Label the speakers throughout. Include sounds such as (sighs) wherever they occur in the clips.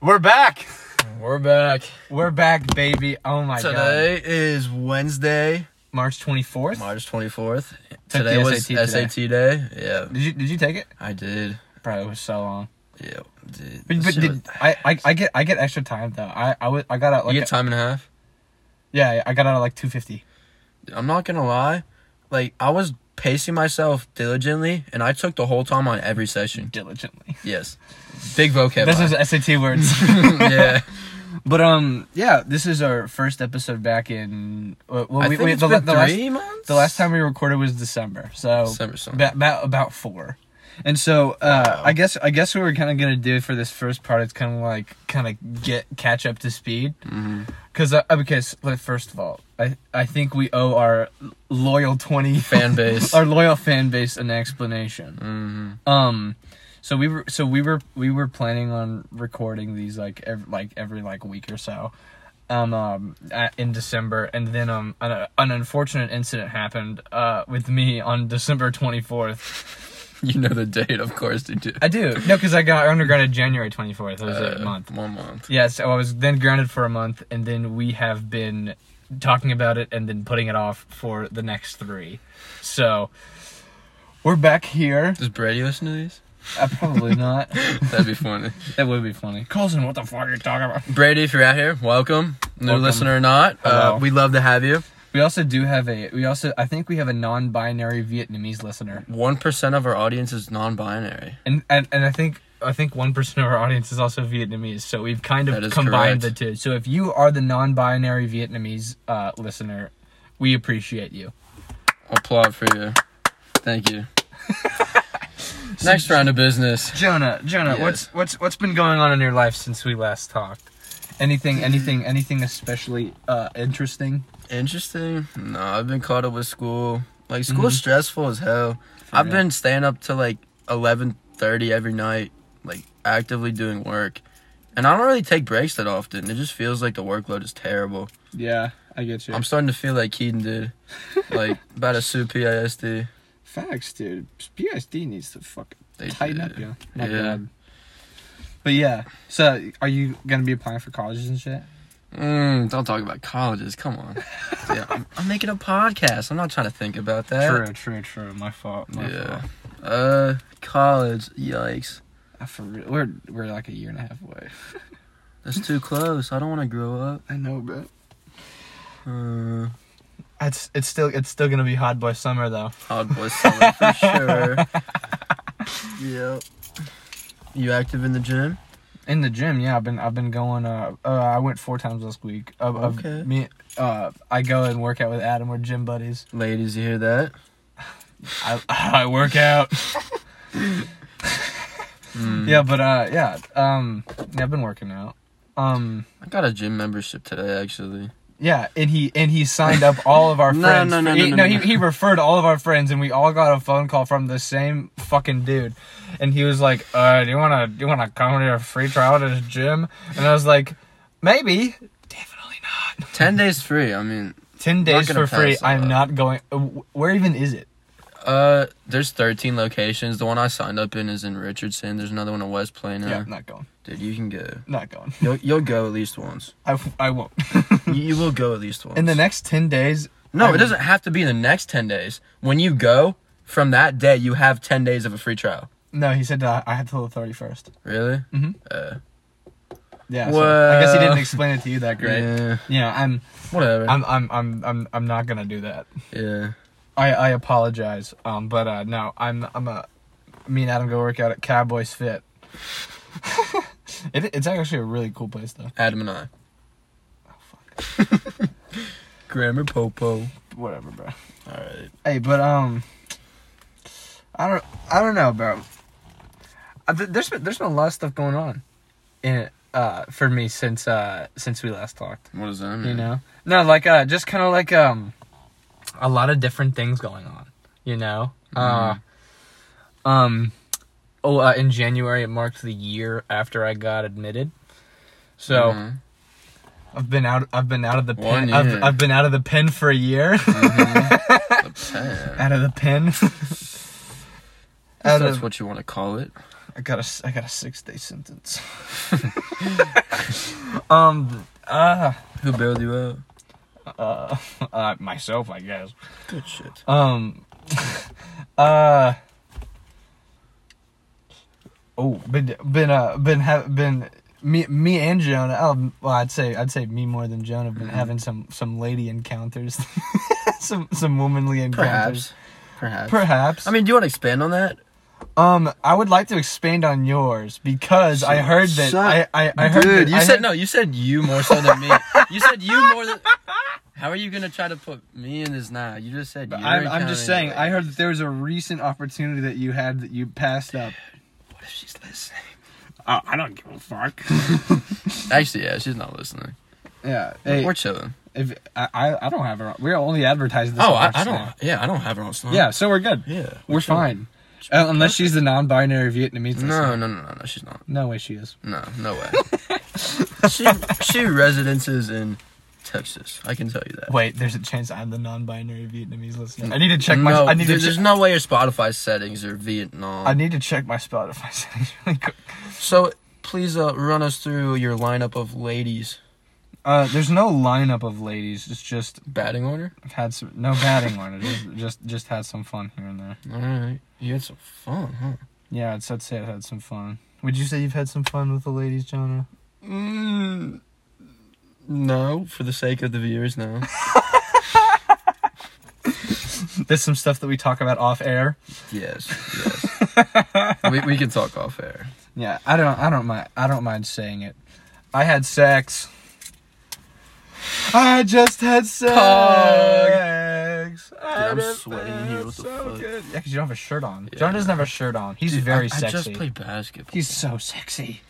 Speaker 1: We're back.
Speaker 2: We're back.
Speaker 1: We're back, baby. Oh my god.
Speaker 2: Today is Wednesday,
Speaker 1: March 24th.
Speaker 2: March 24th.
Speaker 1: Took
Speaker 2: Today
Speaker 1: the
Speaker 2: was
Speaker 1: SAT today.
Speaker 2: SAT day. Yeah,
Speaker 1: Did you did you take it?
Speaker 2: I did.
Speaker 1: Probably was so long.
Speaker 2: Yeah, dude.
Speaker 1: But, but
Speaker 2: Shit
Speaker 1: did,
Speaker 2: was-
Speaker 1: I, I I get I get extra time though. I I, was, I got out
Speaker 2: you
Speaker 1: like
Speaker 2: get time and a half?
Speaker 1: yeah yeah, I got out at like 250.
Speaker 2: I'm not gonna lie. Like I was pacing myself diligently, and I took the whole time on every session.
Speaker 1: Diligently.
Speaker 2: Yes, big vocab.
Speaker 1: This
Speaker 2: line.
Speaker 1: is SAT
Speaker 2: (laughs)
Speaker 1: words.
Speaker 2: yeah.
Speaker 1: but um yeah, this is our first episode back in. Uh, (laughs) well,
Speaker 2: I
Speaker 1: we,
Speaker 2: think
Speaker 1: we,
Speaker 2: it's
Speaker 1: the, la-
Speaker 2: been
Speaker 1: the last
Speaker 2: three months.
Speaker 1: the last time we recorded was December. So
Speaker 2: December, so-
Speaker 1: ba- ba- about four. And so uh, I guess I guess what we're kind of gonna do for this first part is kind of like kind of get catch up to speed.
Speaker 2: Mm-hmm.
Speaker 1: Because uh, because like, first of all, I I think we owe our loyal twenty
Speaker 2: (laughs) Fan base.
Speaker 1: (laughs)
Speaker 2: Mm-hmm.
Speaker 1: our loyal fan base an explanation.
Speaker 2: Mm.
Speaker 1: Um, so we were so we were we were planning on recording these like every like every like week or so, um, um at, in December, and then um an, an unfortunate incident happened uh with me on December twenty fourth.
Speaker 2: You know the date, of course, did you?
Speaker 1: I do no because I got undergrounded January twenty fourth. It was
Speaker 2: Uh,
Speaker 1: a month.
Speaker 2: One month.
Speaker 1: Yeah, so oh, I was then grounded for a month, and then we have been talking about it and then putting it off for the next three. So we're back here.
Speaker 2: Does Brady listen to these?
Speaker 1: Uh, (laughs) probably not.
Speaker 2: That'd be
Speaker 1: (laughs)
Speaker 2: funny.
Speaker 1: That would be funny. Colson, what the fuck are you talking about?
Speaker 2: Brady, if you're out here, welcome. New
Speaker 1: Welcome.
Speaker 2: listener or not, uh,
Speaker 1: Hello.
Speaker 2: we love to have you.
Speaker 1: We also do have a. We also. I think we have a non-binary Vietnamese listener,
Speaker 2: One percent of our audience is non-binary.
Speaker 1: and and, and I think I think one percent of our audience is also Vietnamese. So we've kind of
Speaker 2: That is
Speaker 1: combined
Speaker 2: correct.
Speaker 1: the two. So if you are the non-binary Vietnamese uh, listener, we appreciate you.
Speaker 2: Applaud for you. Thank you. Next round of business.
Speaker 1: Jonah, Jonah,
Speaker 2: Yes.
Speaker 1: what's what's what's been going on in your life since we last talked? Anything, anything, anything especially uh, interesting?
Speaker 2: Interesting. No, I've been caught up with school. Like school's stressful as hell.
Speaker 1: For
Speaker 2: I've
Speaker 1: real.
Speaker 2: been staying up to like eleven thirty every night, like actively doing work. And I don't really take breaks that often. It just feels like the workload is terrible.
Speaker 1: Yeah, I get you.
Speaker 2: I'm starting to feel like Keaton did. Like about a soup PISD.
Speaker 1: Facts, dude. PISD needs to fuck
Speaker 2: They
Speaker 1: tighten up,
Speaker 2: did.
Speaker 1: yeah. My
Speaker 2: Yeah.
Speaker 1: God. But yeah, so are you gonna be applying for colleges and shit?
Speaker 2: Mm, don't talk about colleges. Come
Speaker 1: (laughs)
Speaker 2: on. yeah, I'm, I'm making a podcast. I'm not trying to think about that.
Speaker 1: true, true. My fault.
Speaker 2: Yeah. Uh, college. Yikes.
Speaker 1: I for real, we're we're like a year and a half away.
Speaker 2: That's too close. I don't want to grow up.
Speaker 1: I know, bro.
Speaker 2: Uh,
Speaker 1: It's it's still it's still gonna be hot boy summer though.
Speaker 2: hard boy
Speaker 1: (laughs)
Speaker 2: summer for sure. yep. You active in the gym?
Speaker 1: In the gym, yeah. I've been I've been going. Uh, uh I went four times this week. Uh, uh,
Speaker 2: Okay.
Speaker 1: me, uh, I go and work out with Adam. We're gym buddies.
Speaker 2: Ladies, you hear that?
Speaker 1: I (laughs) I work out.
Speaker 2: Mm.
Speaker 1: yeah, but uh, yeah. Um, yeah, I've been working out. Um.
Speaker 2: I got a gym membership today, actually.
Speaker 1: Yeah, and he and he signed up all of our
Speaker 2: (laughs) No,
Speaker 1: friends.
Speaker 2: no, no,
Speaker 1: for-
Speaker 2: no,
Speaker 1: he,
Speaker 2: no,
Speaker 1: He,
Speaker 2: no.
Speaker 1: he referred all of our friends, and we all got a phone call from the same fucking dude, and he was like, "Uh, do you wanna do you wanna come to a free trial to this gym?" And I was like, "Maybe, definitely not.
Speaker 2: Ten days free. I mean,
Speaker 1: Ten
Speaker 2: Not
Speaker 1: days
Speaker 2: gonna
Speaker 1: for free.
Speaker 2: pass that
Speaker 1: I'm
Speaker 2: up.
Speaker 1: not going. uh, wh- Where even is it?
Speaker 2: uh, there's 13 locations. The one I signed up in is in Richardson. There's another one in West Plano.
Speaker 1: Yeah, not going.
Speaker 2: Dude, you can go.
Speaker 1: Not going.
Speaker 2: You'll, you'll go at least once.
Speaker 1: I, w- I won't. (laughs)
Speaker 2: You, you will go at least once.
Speaker 1: In the next ten days,
Speaker 2: no,
Speaker 1: I-
Speaker 2: it doesn't have to be in the next 10 days. When you go, from that day, you have 10 days of a free trial.
Speaker 1: no. He said uh, I had till the thirty first.
Speaker 2: Really?
Speaker 1: Mhm.
Speaker 2: Uh,
Speaker 1: Yeah. so I guess he
Speaker 2: Well-
Speaker 1: didn't explain it to you that great. Yeah,
Speaker 2: Yeah,
Speaker 1: I'm
Speaker 2: whatever.
Speaker 1: I'm I'm I'm I'm I'm not gonna do that.
Speaker 2: yeah.
Speaker 1: I, I apologize. Um, but uh, no, I'm I'm a me and Adam go work out at Cowboys Fit. (laughs) it, it's actually a really cool place though.
Speaker 2: Adam and I.
Speaker 1: Oh,
Speaker 2: (laughs) Grammar Popo.
Speaker 1: Whatever, bro.
Speaker 2: Alright.
Speaker 1: Hey, but um, I don't I don't know, bro. Uh, th- there's been there's been a lot of stuff going on, in uh for me since uh since we last talked.
Speaker 2: What does that mean?
Speaker 1: You know, no, like uh, just kind of like um, a lot of different things going on. You know,
Speaker 2: Hmm.
Speaker 1: uh, um, oh, uh, in January it marked the year after I got admitted. So
Speaker 2: Mhm.
Speaker 1: I've been out. I've been out of the
Speaker 2: One
Speaker 1: pen. I've,
Speaker 2: year.
Speaker 1: I've been out of the pen for a year.
Speaker 2: Upset.
Speaker 1: out of the pen.
Speaker 2: If
Speaker 1: out
Speaker 2: that's
Speaker 1: of
Speaker 2: what you want to call it.
Speaker 1: I got a I got a six day sentence. um. Uh,
Speaker 2: Who bailed you out?
Speaker 1: uh, uh, myself, I guess.
Speaker 2: Good shit.
Speaker 1: Um, (laughs) uh, oh, been been uh been have been me me and Jonah. Um, well, I'd say I'd say me more than Jonah. Been
Speaker 2: Mhm.
Speaker 1: having some some lady encounters, (laughs) some some womanly encounters.
Speaker 2: Perhaps. Perhaps.
Speaker 1: Perhaps.
Speaker 2: I mean, do you want to expand on that?
Speaker 1: um, I would like to expand on yours because I heard that
Speaker 2: Shut-
Speaker 1: I I, I heard
Speaker 2: Dude,
Speaker 1: that-
Speaker 2: you
Speaker 1: I
Speaker 2: said
Speaker 1: heard-
Speaker 2: no. You said you more so than me. you said you more than. How are you gonna try to put me in this now? You just said.
Speaker 1: But
Speaker 2: you're
Speaker 1: I'm, I'm just
Speaker 2: encountering
Speaker 1: saying, I
Speaker 2: it.
Speaker 1: heard that there was a recent opportunity that you had that you passed up.
Speaker 2: What if she's listening?
Speaker 1: Uh, I don't give a fuck.
Speaker 2: Actually, yeah, she's not listening.
Speaker 1: (laughs) yeah. Hey,
Speaker 2: We're chilling.
Speaker 1: if I, I, I don't have her. We're only advertising this. on
Speaker 2: Oh, I,
Speaker 1: our
Speaker 2: I
Speaker 1: Snap.
Speaker 2: don't. Yeah, I don't have her on Snap.
Speaker 1: Yeah, so we're good.
Speaker 2: Yeah.
Speaker 1: we're fine. Uh, unless she's the non-binary Vietnamese.
Speaker 2: No, no, no, no, no. She's not.
Speaker 1: no way she is.
Speaker 2: No, no way.
Speaker 1: (laughs)
Speaker 2: she she residences in Texas. I can tell you that.
Speaker 1: Wait, there's a chance I'm the non-binary Vietnamese listener. I need to check my.
Speaker 2: No,
Speaker 1: I need
Speaker 2: dude,
Speaker 1: to.
Speaker 2: there's
Speaker 1: Check,
Speaker 2: no way your Spotify settings are Vietnam.
Speaker 1: I need to check my Spotify (laughs) settings really quick.
Speaker 2: so please uh, run us through your lineup of ladies
Speaker 1: Uh, there's no lineup of ladies. It's just
Speaker 2: batting order.
Speaker 1: I've had some no batting on it. Just, just just had some fun here and there.
Speaker 2: All right, you had some fun, huh?
Speaker 1: Yeah, I'd, I'd say I've had some fun. Would you say you've had some fun with the ladies, Jonah?
Speaker 2: Mm, no, for the sake of the
Speaker 1: (laughs)
Speaker 2: viewers, no.
Speaker 1: There's some stuff that we talk about off air.
Speaker 2: yes, yes. we we can talk off air.
Speaker 1: Yeah, I don't I don't mind I don't mind saying it. I had sex. I just had sex. I
Speaker 2: I'm
Speaker 1: just
Speaker 2: sweating
Speaker 1: had
Speaker 2: here, what the
Speaker 1: so
Speaker 2: fuck?
Speaker 1: good. Yeah, because you don't have a shirt on.
Speaker 2: Yeah,
Speaker 1: Jonah doesn't have a shirt on. He's
Speaker 2: Dude,
Speaker 1: very
Speaker 2: I,
Speaker 1: sexy.
Speaker 2: I just play basketball.
Speaker 1: He's so sexy.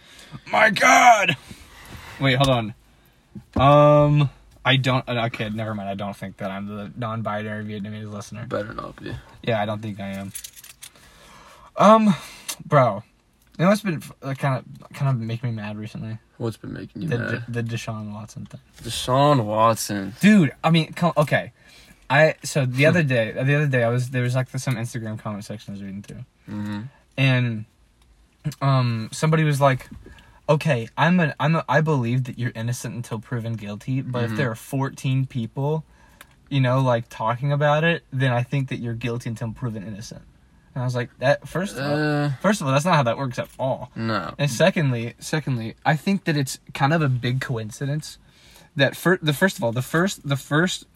Speaker 1: My God. Wait, hold on. Um, I don't. Okay, never mind. I don't think that I'm the non-binary Vietnamese listener.
Speaker 2: Better not be.
Speaker 1: Yeah, I don't think I am. Um, bro, you know what's been kind of kind of make me mad recently?
Speaker 2: What's been making you
Speaker 1: The
Speaker 2: mad?
Speaker 1: the Deshaun Watson thing.
Speaker 2: Deshaun Watson.
Speaker 1: Dude, I mean, come okay. I so the other day, the other day I was there was like some Instagram comment section I was reading through,
Speaker 2: Mm-hmm.
Speaker 1: and um somebody was like, "Okay, I'm an I'm a, I believe that you're innocent until proven guilty, but if
Speaker 2: Mhm.
Speaker 1: there are 14 people, you know, like talking about it, then I think that you're guilty until proven innocent." And I was like, "That first of all,
Speaker 2: Uh,
Speaker 1: First of all, that's not how that works at all.
Speaker 2: no.
Speaker 1: And secondly, secondly, I think that it's kind of a big coincidence that for the first of all, the first the first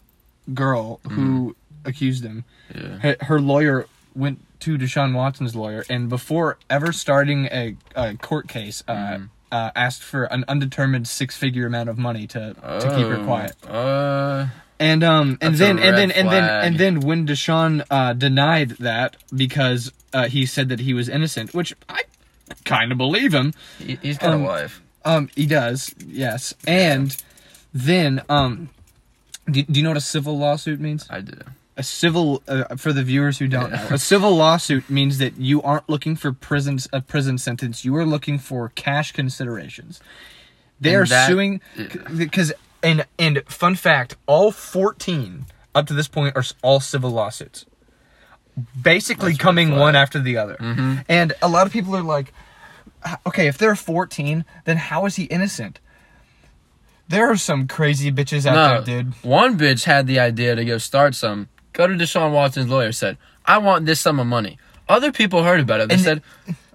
Speaker 1: girl who accused him,
Speaker 2: Yeah.
Speaker 1: her, her lawyer went to Deshaun Watson's lawyer and before ever starting a, a court case, uh,
Speaker 2: Mhm.
Speaker 1: uh, asked for an undetermined six-figure amount of money to to keep her
Speaker 2: Oh,
Speaker 1: quiet.
Speaker 2: Uh,
Speaker 1: And um and
Speaker 2: That's
Speaker 1: then
Speaker 2: a
Speaker 1: and then
Speaker 2: red
Speaker 1: and then
Speaker 2: flag.
Speaker 1: and then when Deshaun uh, denied that because uh, he said that he was innocent, which I kind of believe him.
Speaker 2: he, he's got
Speaker 1: Um,
Speaker 2: a wife.
Speaker 1: Um, he does, yes. And then um, do, do you know what a civil lawsuit means?
Speaker 2: I do.
Speaker 1: A civil uh, for the viewers who don't know, a civil lawsuit means that you aren't looking for prisons a prison sentence. You are looking for cash considerations. They
Speaker 2: And
Speaker 1: are
Speaker 2: that-
Speaker 1: suing
Speaker 2: yeah.
Speaker 1: because and and fun fact, all fourteen up to this point are s- all civil lawsuits, basically coming
Speaker 2: flag.
Speaker 1: one after the other.
Speaker 2: Mm-hmm.
Speaker 1: And a lot of people are like, "H- okay, if they're fourteen, then how is he innocent? There are some crazy bitches out
Speaker 2: No,
Speaker 1: there, dude.
Speaker 2: One bitch had the idea to go start some. Go to Deshaun Watson's lawyer. Said, "I want this sum of money." Other people heard about it. They
Speaker 1: And-
Speaker 2: said,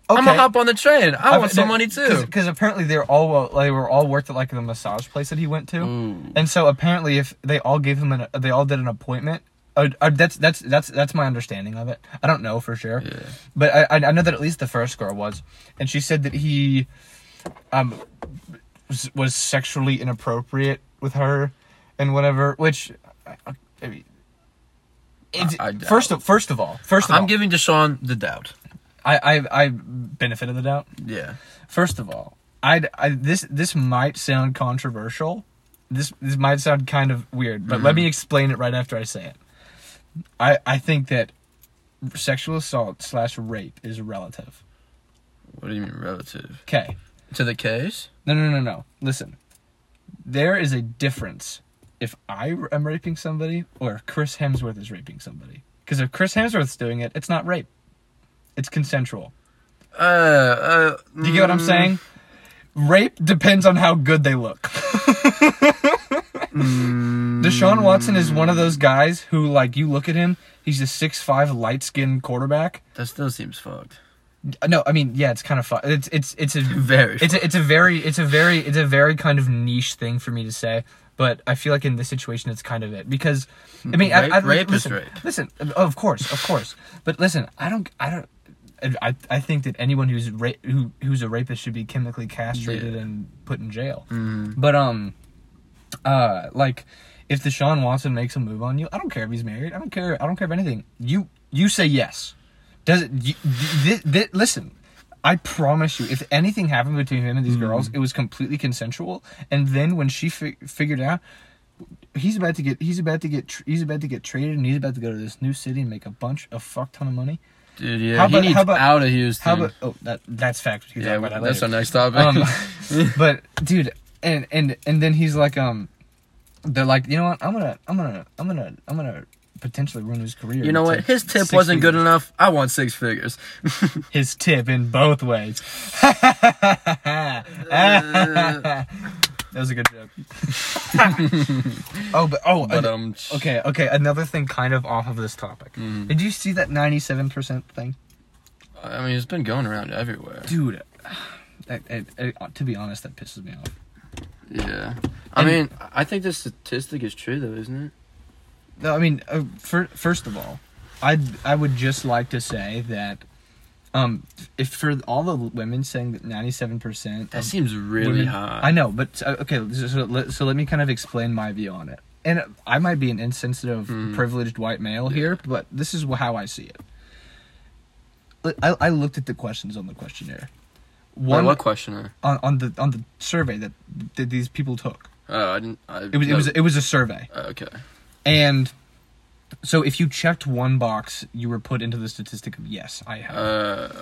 Speaker 2: "I'm gonna
Speaker 1: okay.
Speaker 2: hop on the train. I want Oh, some money too."
Speaker 1: Because apparently they're all well, they were all worked at like the massage place that he went to,
Speaker 2: Ooh.
Speaker 1: and so apparently if they all gave him an they all did an appointment. Uh, uh, that's that's that's that's my understanding of it. I don't know for sure,
Speaker 2: Yeah.
Speaker 1: but I I I know that at least the first girl was, and she said that he, um, was, was sexually inappropriate with her, and whatever. Which, I, I- I mean, it's,
Speaker 2: I doubt.
Speaker 1: first of first of all, first of
Speaker 2: I'm
Speaker 1: all,
Speaker 2: giving Deshaun the doubt.
Speaker 1: I I I benefit of the doubt.
Speaker 2: Yeah.
Speaker 1: First of all, I'd, I this this might sound controversial. This this might sound kind of weird, but let me explain it right after I say it. I I think that sexual assault slash rape is relative.
Speaker 2: What do you mean relative
Speaker 1: Okay,
Speaker 2: to the case?
Speaker 1: no no no no. Listen, there is a difference if I am raping somebody or if Chris Hemsworth is raping somebody. Because if Chris Hemsworth's doing it, it's not rape. It's consensual.
Speaker 2: Uh, uh,
Speaker 1: Do you get what I'm
Speaker 2: mm,
Speaker 1: saying? Rape depends on how good they look.
Speaker 2: mm,
Speaker 1: Deshaun Watson is one of those guys who, like, you look at him, he's a 6'5", light-skinned quarterback.
Speaker 2: That still seems fucked.
Speaker 1: Uh, No, I mean, yeah, it's kind of fun. It's it's it's a
Speaker 2: Very.
Speaker 1: (laughs) it's a, it's a very it's a very it's a very kind of niche thing for me to say, but I feel like in this situation it's kind of it because I mean, I, I,
Speaker 2: Rape- rape is
Speaker 1: listen,
Speaker 2: rape.
Speaker 1: Listen, of course, of course, but listen, I don't, I don't. I, I think that anyone who's ra- who who's a rapist should be chemically castrated
Speaker 2: Yeah.
Speaker 1: and put in jail.
Speaker 2: Mm,
Speaker 1: But um, uh, like if Deshaun Watson makes a move on you, I don't care if he's married. I don't care. I don't care if anything. You you say yes. Does it? You, th- th- listen, I promise you, if anything happened between him and these girls, it was completely consensual. And then when she fi- figured out. He's about to get. He's about to get. Tr- he's about to get traded, and he's about to go to this new city and make a bunch of fuck ton of money.
Speaker 2: dude, yeah.
Speaker 1: How
Speaker 2: he
Speaker 1: about-
Speaker 2: needs
Speaker 1: how about-
Speaker 2: out of Houston.
Speaker 1: How about? Oh, that that's fact. We can talk
Speaker 2: yeah,
Speaker 1: about that
Speaker 2: that's
Speaker 1: later.
Speaker 2: our next topic.
Speaker 1: Um, but dude, and and and then he's like, um, they're like, you know what? I'm gonna, I'm gonna, I'm gonna, I'm gonna potentially ruin his career.
Speaker 2: (laughs) you know what?
Speaker 1: (laughs) It's
Speaker 2: His
Speaker 1: like
Speaker 2: tip
Speaker 1: six
Speaker 2: wasn't good
Speaker 1: figures.
Speaker 2: enough. I want six
Speaker 1: (laughs)
Speaker 2: figures. (laughs)
Speaker 1: His tip in both ways. (laughs) that was a good joke. (laughs) oh, but oh,
Speaker 2: But
Speaker 1: uh,
Speaker 2: um.
Speaker 1: okay, okay. Another thing, kind of off of this topic.
Speaker 2: Mhm.
Speaker 1: Did you see that 97% thing,
Speaker 2: I mean, it's been going around everywhere.
Speaker 1: dude? That, (sighs) it, it- uh, to be honest, that pisses me off.
Speaker 2: Yeah. I
Speaker 1: And-
Speaker 2: mean, I think this statistic is true though, isn't it?
Speaker 1: No, I mean, uh, fir- first of all, I I would just like to say that, um, if for all the women saying that ninety seven percent,
Speaker 2: That seems really high.
Speaker 1: I know, but uh, okay, so, so, let, so let me kind of explain my view on it. And I might be an insensitive,
Speaker 2: Mhm.
Speaker 1: privileged white male here, but this is wh- how I see it. I, I looked at the questions on the questionnaire,
Speaker 2: Wait,
Speaker 1: one
Speaker 2: what questioner?
Speaker 1: on, on the on the survey that, that these people took.
Speaker 2: Oh, I didn't. I, uh,
Speaker 1: It was it was it was a survey.
Speaker 2: Okay.
Speaker 1: And so if you checked one box, you were put into the statistic of yes, I have.
Speaker 2: Uh,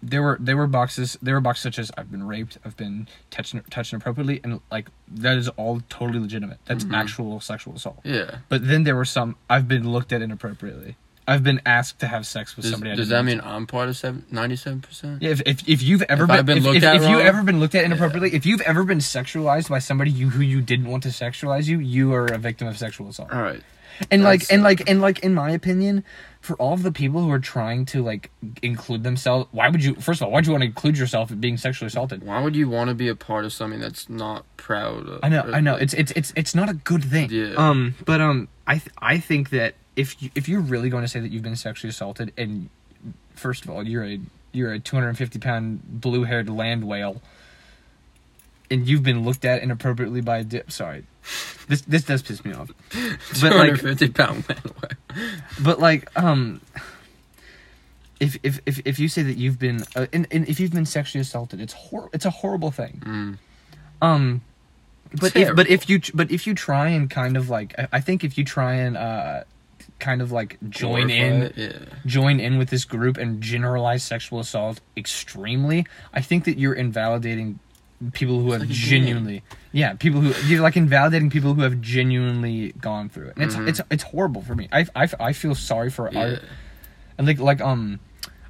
Speaker 1: there were there were boxes there were boxes such as I've been raped, I've been touched touched inappropriately, and like that is all totally legitimate. That's
Speaker 2: Mm-hmm.
Speaker 1: actual sexual assault.
Speaker 2: yeah.
Speaker 1: But then there were some I've been looked at inappropriately. I've been asked to have sex with
Speaker 2: Does,
Speaker 1: somebody. I
Speaker 2: does that
Speaker 1: didn't
Speaker 2: mean I'm part of seven, 97%?
Speaker 1: yeah, if, if if you've ever
Speaker 2: If
Speaker 1: been,
Speaker 2: I've been
Speaker 1: if,
Speaker 2: looked
Speaker 1: if,
Speaker 2: at
Speaker 1: if you
Speaker 2: wrong?
Speaker 1: ever been looked at inappropriately, if you've ever been sexualized by somebody you who you didn't want to sexualize you, you are a victim of sexual assault.
Speaker 2: All right.
Speaker 1: and like
Speaker 2: That's-
Speaker 1: and like and like in my opinion for all of the people who are trying to like include themselves why would you first of all why would you want to include yourself in being sexually assaulted
Speaker 2: Why would you want to be a part of something that's not proud of?
Speaker 1: i know
Speaker 2: or,
Speaker 1: i know
Speaker 2: like-
Speaker 1: it's it's it's it's not a good thing
Speaker 2: Yeah.
Speaker 1: um but um i th- i think that if you if you're really going to say that you've been sexually assaulted and first of all you're a you're a 250 pound blue haired land whale and you've been looked at inappropriately by a dip sorry this this does piss me off but like
Speaker 2: 250 pound man (laughs) away.
Speaker 1: but like um if if if, if you say that you've been uh, and, and if you've been sexually assaulted it's hor- it's a horrible thing
Speaker 2: Mm.
Speaker 1: um but if, but
Speaker 2: Terrible.
Speaker 1: if you but if you try and kind of like I, I think if you try and uh kind of like join in
Speaker 2: Glorify it, Yeah.
Speaker 1: join in with this group and generalize sexual assault extremely i think that you're invalidating people who have
Speaker 2: like a game.
Speaker 1: genuinely yeah people who you're like invalidating people who have genuinely gone through it and it's
Speaker 2: Mhm.
Speaker 1: it's it's horrible for me i i, I feel sorry for
Speaker 2: Yeah.
Speaker 1: our and like like um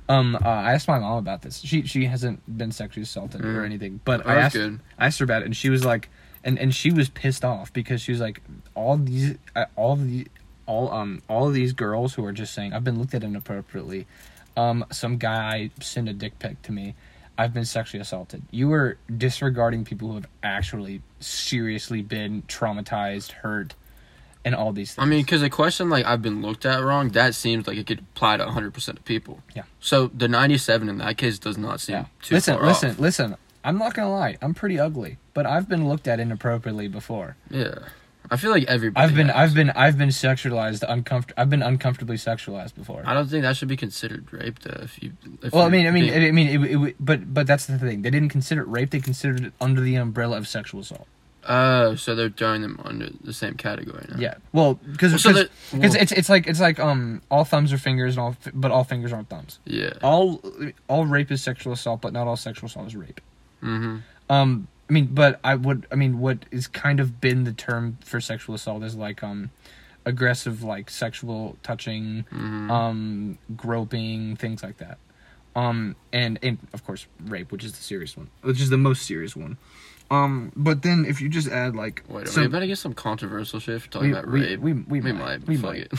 Speaker 1: um uh, I asked my mom about this. She she hasn't been sexually assaulted or
Speaker 2: Mm.
Speaker 1: anything, but I
Speaker 2: That's
Speaker 1: asked
Speaker 2: good.
Speaker 1: I asked her about it, and she was like, and and she was pissed off because she was like, all these uh, all the all um all of these girls who are just saying I've been looked at inappropriately, um some guy sent a dick pic to me. I've been sexually assaulted. You were disregarding people who have actually seriously been traumatized, hurt, and all these
Speaker 2: I
Speaker 1: things.
Speaker 2: mean, because a question like I've been looked at wrong, that seems like it could apply to 100% of people.
Speaker 1: Yeah.
Speaker 2: So the 97 in that case does not seem
Speaker 1: Yeah.
Speaker 2: too
Speaker 1: Listen,
Speaker 2: far
Speaker 1: listen,
Speaker 2: off.
Speaker 1: listen. I'm not gonna lie. I'm pretty ugly, but I've been looked at inappropriately before.
Speaker 2: Yeah. I feel like everybody.
Speaker 1: I've been,
Speaker 2: has.
Speaker 1: I've been, I've been sexualized, uncomfortable. I've been uncomfortably sexualized before.
Speaker 2: I don't think that should be considered rape, though. If you, if
Speaker 1: Well, I
Speaker 2: you're
Speaker 1: mean, I mean,
Speaker 2: being-
Speaker 1: I mean, it, it, but but that's the thing. They didn't consider it rape. They considered it under the umbrella of sexual assault.
Speaker 2: Oh, so they're throwing them under the same category now.
Speaker 1: Yeah. Well, because
Speaker 2: Well, so that- well-
Speaker 1: it's it's like it's like um all thumbs are fingers and all fi- but all fingers aren't thumbs.
Speaker 2: Yeah.
Speaker 1: All all rape is sexual assault, but not all sexual assault is rape.
Speaker 2: Mm-hmm.
Speaker 1: Um, I mean, but I would. I mean, what is kind of been the term for sexual assault is like um, aggressive, like sexual touching,
Speaker 2: Mhm.
Speaker 1: um, groping, things like that. um, and and of course rape, which is the serious one, which is the most serious one. Um, but then if you just add like
Speaker 2: Wait,
Speaker 1: so-
Speaker 2: are we about to get some controversial shit for talking
Speaker 1: We-
Speaker 2: about
Speaker 1: we-
Speaker 2: rape?
Speaker 1: we- we might. We
Speaker 2: fuck
Speaker 1: might.
Speaker 2: it.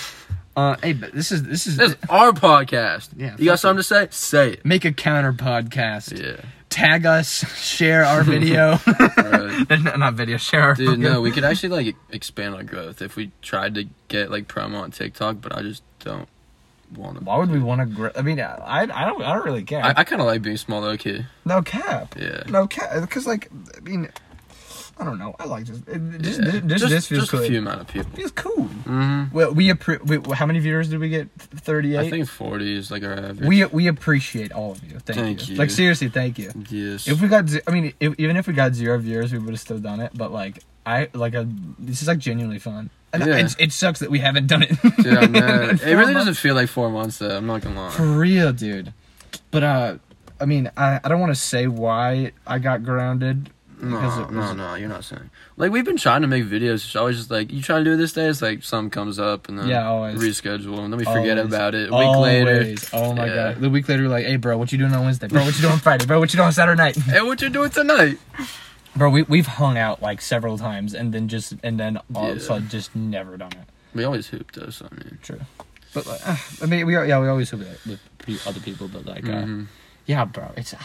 Speaker 1: uh, hey, but this is this is
Speaker 2: This is our podcast.
Speaker 1: (laughs) Yeah,
Speaker 2: You got
Speaker 1: fuck
Speaker 2: something to say?
Speaker 1: (laughs)
Speaker 2: Say it.
Speaker 1: make a counter podcast.
Speaker 2: Yeah.
Speaker 1: Tag us, (laughs) share our (laughs) video.
Speaker 2: Right.
Speaker 1: not, not video, share our
Speaker 2: Dude,
Speaker 1: video.
Speaker 2: no, we could actually like e- expand on growth if we tried to get like promo on TikTok, but I just don't want to.
Speaker 1: Why would we want to grow? I mean, I, I don't I don't really care.
Speaker 2: I, I kind of like being small low key.
Speaker 1: no cap.
Speaker 2: Yeah.
Speaker 1: No cap. Because like I mean, I don't know. I like this. It, just,
Speaker 2: yeah.
Speaker 1: this, this,
Speaker 2: just,
Speaker 1: this feels
Speaker 2: just
Speaker 1: cool.
Speaker 2: a few amount of people.
Speaker 1: Feels cool.
Speaker 2: hmm
Speaker 1: Well, we appre- we, how many viewers did we get? Thirty
Speaker 2: I
Speaker 1: eight.
Speaker 2: think 40 is like our average.
Speaker 1: We we appreciate all of you. Thank,
Speaker 2: Thank
Speaker 1: you.
Speaker 2: you.
Speaker 1: Like seriously, thank you.
Speaker 2: yes. (laughs)
Speaker 1: If we got, ze- I mean, if, even if we got zero viewers, we would have still done it. But like, I like a, this is like genuinely fun. And
Speaker 2: Yeah.
Speaker 1: it's, it sucks that we haven't done
Speaker 2: (laughs)
Speaker 1: it. (laughs)
Speaker 2: Dude, I'm
Speaker 1: in
Speaker 2: mad. it really
Speaker 1: four months.
Speaker 2: doesn't feel like four months though. I'm not gonna lie.
Speaker 1: For real, dude. But uh, I mean, I, I don't want to say why I got grounded. because
Speaker 2: No,
Speaker 1: it
Speaker 2: no,
Speaker 1: was-
Speaker 2: no, you're not saying. Like we've been trying to make videos. It's always just like you try to do it this day. It's like something comes up and then
Speaker 1: Yeah, always.
Speaker 2: reschedule and then we forget
Speaker 1: Always.
Speaker 2: about it. A week later,
Speaker 1: Always. Oh my
Speaker 2: Yeah.
Speaker 1: god. The week later, we're like, hey, bro, what you doing on Wednesday? Bro, what you doing on Friday? Bro, what you doing on Saturday night? (laughs)
Speaker 2: hey, what you doing tonight?
Speaker 1: bro, we we've hung out like several times, and then just and then all of a
Speaker 2: Yeah.
Speaker 1: sudden just never done it.
Speaker 2: We always hoop though. So I mean,
Speaker 1: True. But like, uh, I mean, we are- yeah, we always hook it up with pe- other people, but like, uh,
Speaker 2: mhm.
Speaker 1: yeah, bro, it's uh,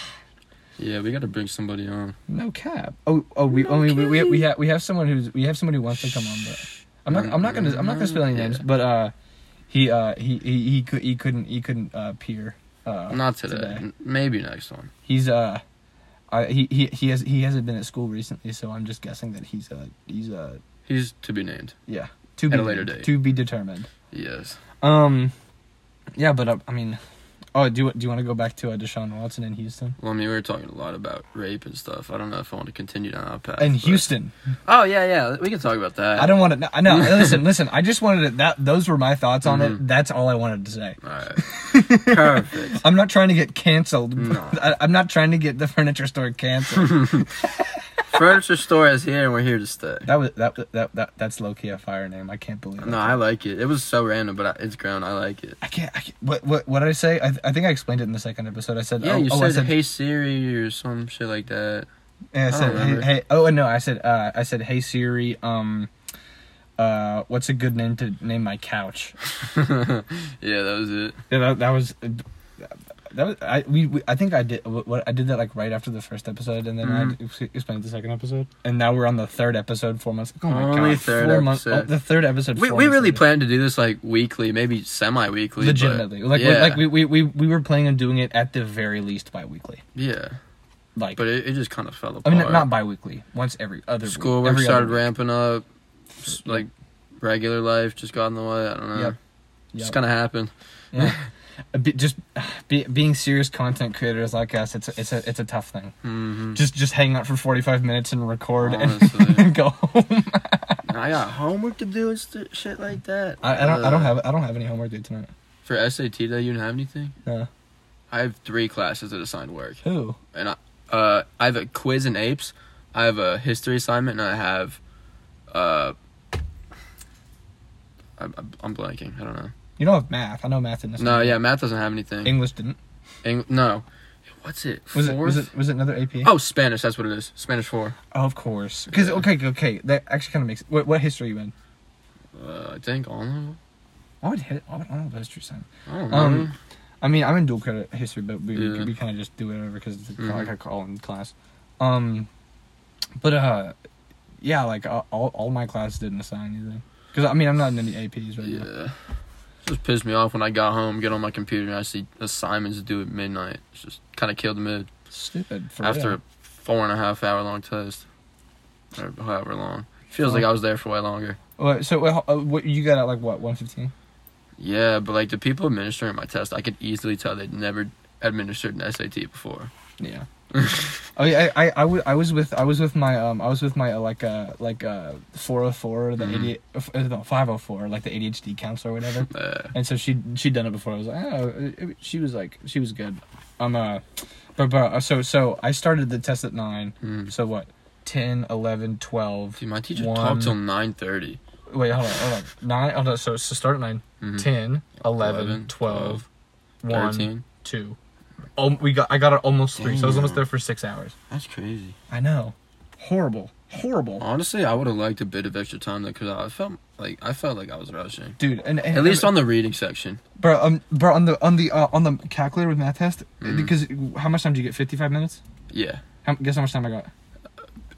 Speaker 2: yeah, we gotta bring somebody on.
Speaker 1: no cap. Oh, oh, we, oh, we, we, we, we have we have someone who's we have someone who wants to come on, but I'm not I'm not gonna I'm not gonna spill any names,
Speaker 2: Mm-hmm. Yeah.
Speaker 1: but uh, he uh he he he, could, he couldn't he couldn't uh peer. Uh,
Speaker 2: Not today.
Speaker 1: today.
Speaker 2: N- Maybe next one.
Speaker 1: he's uh. I, he he he has he hasn't been at school recently, so I'm just guessing that he's uh he's uh
Speaker 2: He's to be named.
Speaker 1: yeah to be
Speaker 2: At a later date.
Speaker 1: to be determined.
Speaker 2: Yes.
Speaker 1: Um, yeah, but uh, I mean, oh, do you do you want to go back to uh, Deshaun Watson in Houston?
Speaker 2: Well, I mean, we were talking a lot about rape and stuff. I don't know if I want to continue down that path.
Speaker 1: In
Speaker 2: but-
Speaker 1: Houston,
Speaker 2: Oh yeah, yeah. We can talk about that.
Speaker 1: I don't want to. I
Speaker 2: (laughs)
Speaker 1: know. Listen, listen. I just wanted to, that. Those were my thoughts on it.
Speaker 2: Mhm.
Speaker 1: That's all I wanted to say.
Speaker 2: All right. Perfect.
Speaker 1: (laughs) I'm not trying to get canceled.
Speaker 2: No.
Speaker 1: (laughs) I, I'm not trying to get the furniture store
Speaker 2: (laughs)
Speaker 1: canceled.
Speaker 2: Furniture store is here and we're here to stay.
Speaker 1: that was that, that that that's low key a fire name. I can't believe.
Speaker 2: No,
Speaker 1: it.
Speaker 2: I like it. It was so random, but I, it's grown. I like it.
Speaker 1: I can't, I can't. What what what did I say? I, th- I think I explained it in the second episode. I said
Speaker 2: Yeah,
Speaker 1: oh,
Speaker 2: you
Speaker 1: oh, I
Speaker 2: said,
Speaker 1: said
Speaker 2: "Hey Siri" or some shit like that. (laughs)
Speaker 1: And I
Speaker 2: I don't
Speaker 1: said, hey,
Speaker 2: remember.
Speaker 1: hey, oh no, I said, uh, I said, hey Siri, um, uh, what's a good name to name my couch?
Speaker 2: yeah, that was it.
Speaker 1: Yeah, that, that was, uh, that was, I we, we I think I did what what- I did that like right after the first episode, and then
Speaker 2: Mm-hmm.
Speaker 1: I ex- explained the second episode, and now we're on the third episode. Four months. Oh my
Speaker 2: Only
Speaker 1: god,
Speaker 2: third
Speaker 1: four months.
Speaker 2: episode.
Speaker 1: oh, the third episode.
Speaker 2: We,
Speaker 1: four
Speaker 2: we
Speaker 1: months
Speaker 2: really
Speaker 1: later.
Speaker 2: planned to do this like weekly, maybe semi-weekly. but-
Speaker 1: legitimately like we-
Speaker 2: yeah,
Speaker 1: like we, we we we were planning on doing it at the very least bi-weekly.
Speaker 2: yeah.
Speaker 1: Like
Speaker 2: But it, it just kind of fell apart.
Speaker 1: I mean, not bi-weekly. Once every other week,
Speaker 2: Schoolwork
Speaker 1: every other
Speaker 2: started
Speaker 1: week.
Speaker 2: ramping up. s- Like regular life just got in the way. I don't know.
Speaker 1: Yep.
Speaker 2: Just
Speaker 1: Yep.
Speaker 2: kind of happened.
Speaker 1: Yeah. (laughs) A bit- just be, being serious content creators like us, it's a, it's a it's a tough thing.
Speaker 2: hmm
Speaker 1: Just just hang out for forty five minutes and record and, (laughs)
Speaker 2: Honestly.
Speaker 1: go home.
Speaker 2: I got homework to do and st- shit like that.
Speaker 1: I, I don't I
Speaker 2: Uh,
Speaker 1: don't have I don't have any homework due tonight.
Speaker 2: For SAT though, you didn't have anything?
Speaker 1: No.
Speaker 2: I have three classes that assign work.
Speaker 1: Who?
Speaker 2: And I uh I have a quiz in apes, I have a history assignment, and I have uh I'm, I'm- I'm blanking. I don't know.
Speaker 1: You don't have math. I know math didn't.
Speaker 2: No, yeah, math doesn't have anything.
Speaker 1: English didn't.
Speaker 2: Eng- no, what's it?
Speaker 1: Was
Speaker 2: Fourth?
Speaker 1: it was it was it another AP?
Speaker 2: Oh, Spanish. That's what it is. Spanish four.
Speaker 1: of course. Because
Speaker 2: Yeah.
Speaker 1: okay okay that actually kind of makes. What what history you in?
Speaker 2: Uh, I think all of them.
Speaker 1: I would hit. I would I would history sign.
Speaker 2: I don't know.
Speaker 1: Um, I mean, I'm in dual credit history, but we
Speaker 2: Yeah.
Speaker 1: we kind of just do whatever because it's
Speaker 2: Mhm.
Speaker 1: like a call in class. Um, but uh, yeah, like uh, all all my classes didn't assign anything because I mean I'm not in any APs right now.
Speaker 2: yeah. Just pissed me off when I got home, get on my computer, and I see assignments due at midnight. It's just kind of killed the mood.
Speaker 1: Stupid. For
Speaker 2: after
Speaker 1: real.
Speaker 2: a four and a half hour long test, or however long. Feels like I was there for way longer.
Speaker 1: What- so what, uh, what you got at like what 115?
Speaker 2: Yeah, but like the people administering my test, I could easily tell they'd never administered an SAT before.
Speaker 1: Yeah. (laughs) oh yeah, I, I, I, w- I was with I was with my um I was with my uh, like uh like uh 404 the
Speaker 2: Mhm.
Speaker 1: 88 uh, f- uh, no, 504 like the ADHD counselor or whatever.
Speaker 2: Uh,
Speaker 1: And so she she'd done it before. I was like, oh, it- it- she was like, she was good. I'm uh, but but uh, so so I started the test at nine.
Speaker 2: mm.
Speaker 1: So what? 10, 11, 12.
Speaker 2: Dude, my teacher
Speaker 1: One.
Speaker 2: talked till nine thirty. Mm-hmm.
Speaker 1: Wait, hold on, hold on. Nine. Hold on. So so start at nine.
Speaker 2: Mhm.
Speaker 1: 10, 11, 12, 1,
Speaker 2: 13.
Speaker 1: 2, um, we got I got it almost three, so I was almost
Speaker 2: Damn.
Speaker 1: there for six hours.
Speaker 2: That's crazy.
Speaker 1: I know, horrible, horrible,
Speaker 2: Honestly, I would have liked a bit of extra time because I felt like I felt like I was rushing.
Speaker 1: dude. And, and
Speaker 2: At least on the reading section.
Speaker 1: bro, um, bro, on the on the uh, on the calculator with math test,
Speaker 2: Mm-hmm.
Speaker 1: because how much time did you get? Fifty five minutes.
Speaker 2: Yeah,
Speaker 1: How, guess how much time I got?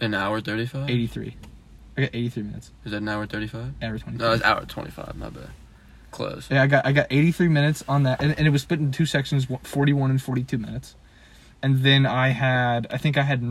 Speaker 2: an hour thirty-five.
Speaker 1: Eighty three. I got eighty three minutes.
Speaker 2: Is that an hour thirty-five?
Speaker 1: Every twenty.
Speaker 2: No, it's hour twenty-five. My bad. Close.
Speaker 1: Yeah, I got I got 83 minutes on that, and, and it was split into two sections, one- 41 and 42 minutes. And then I had I think I had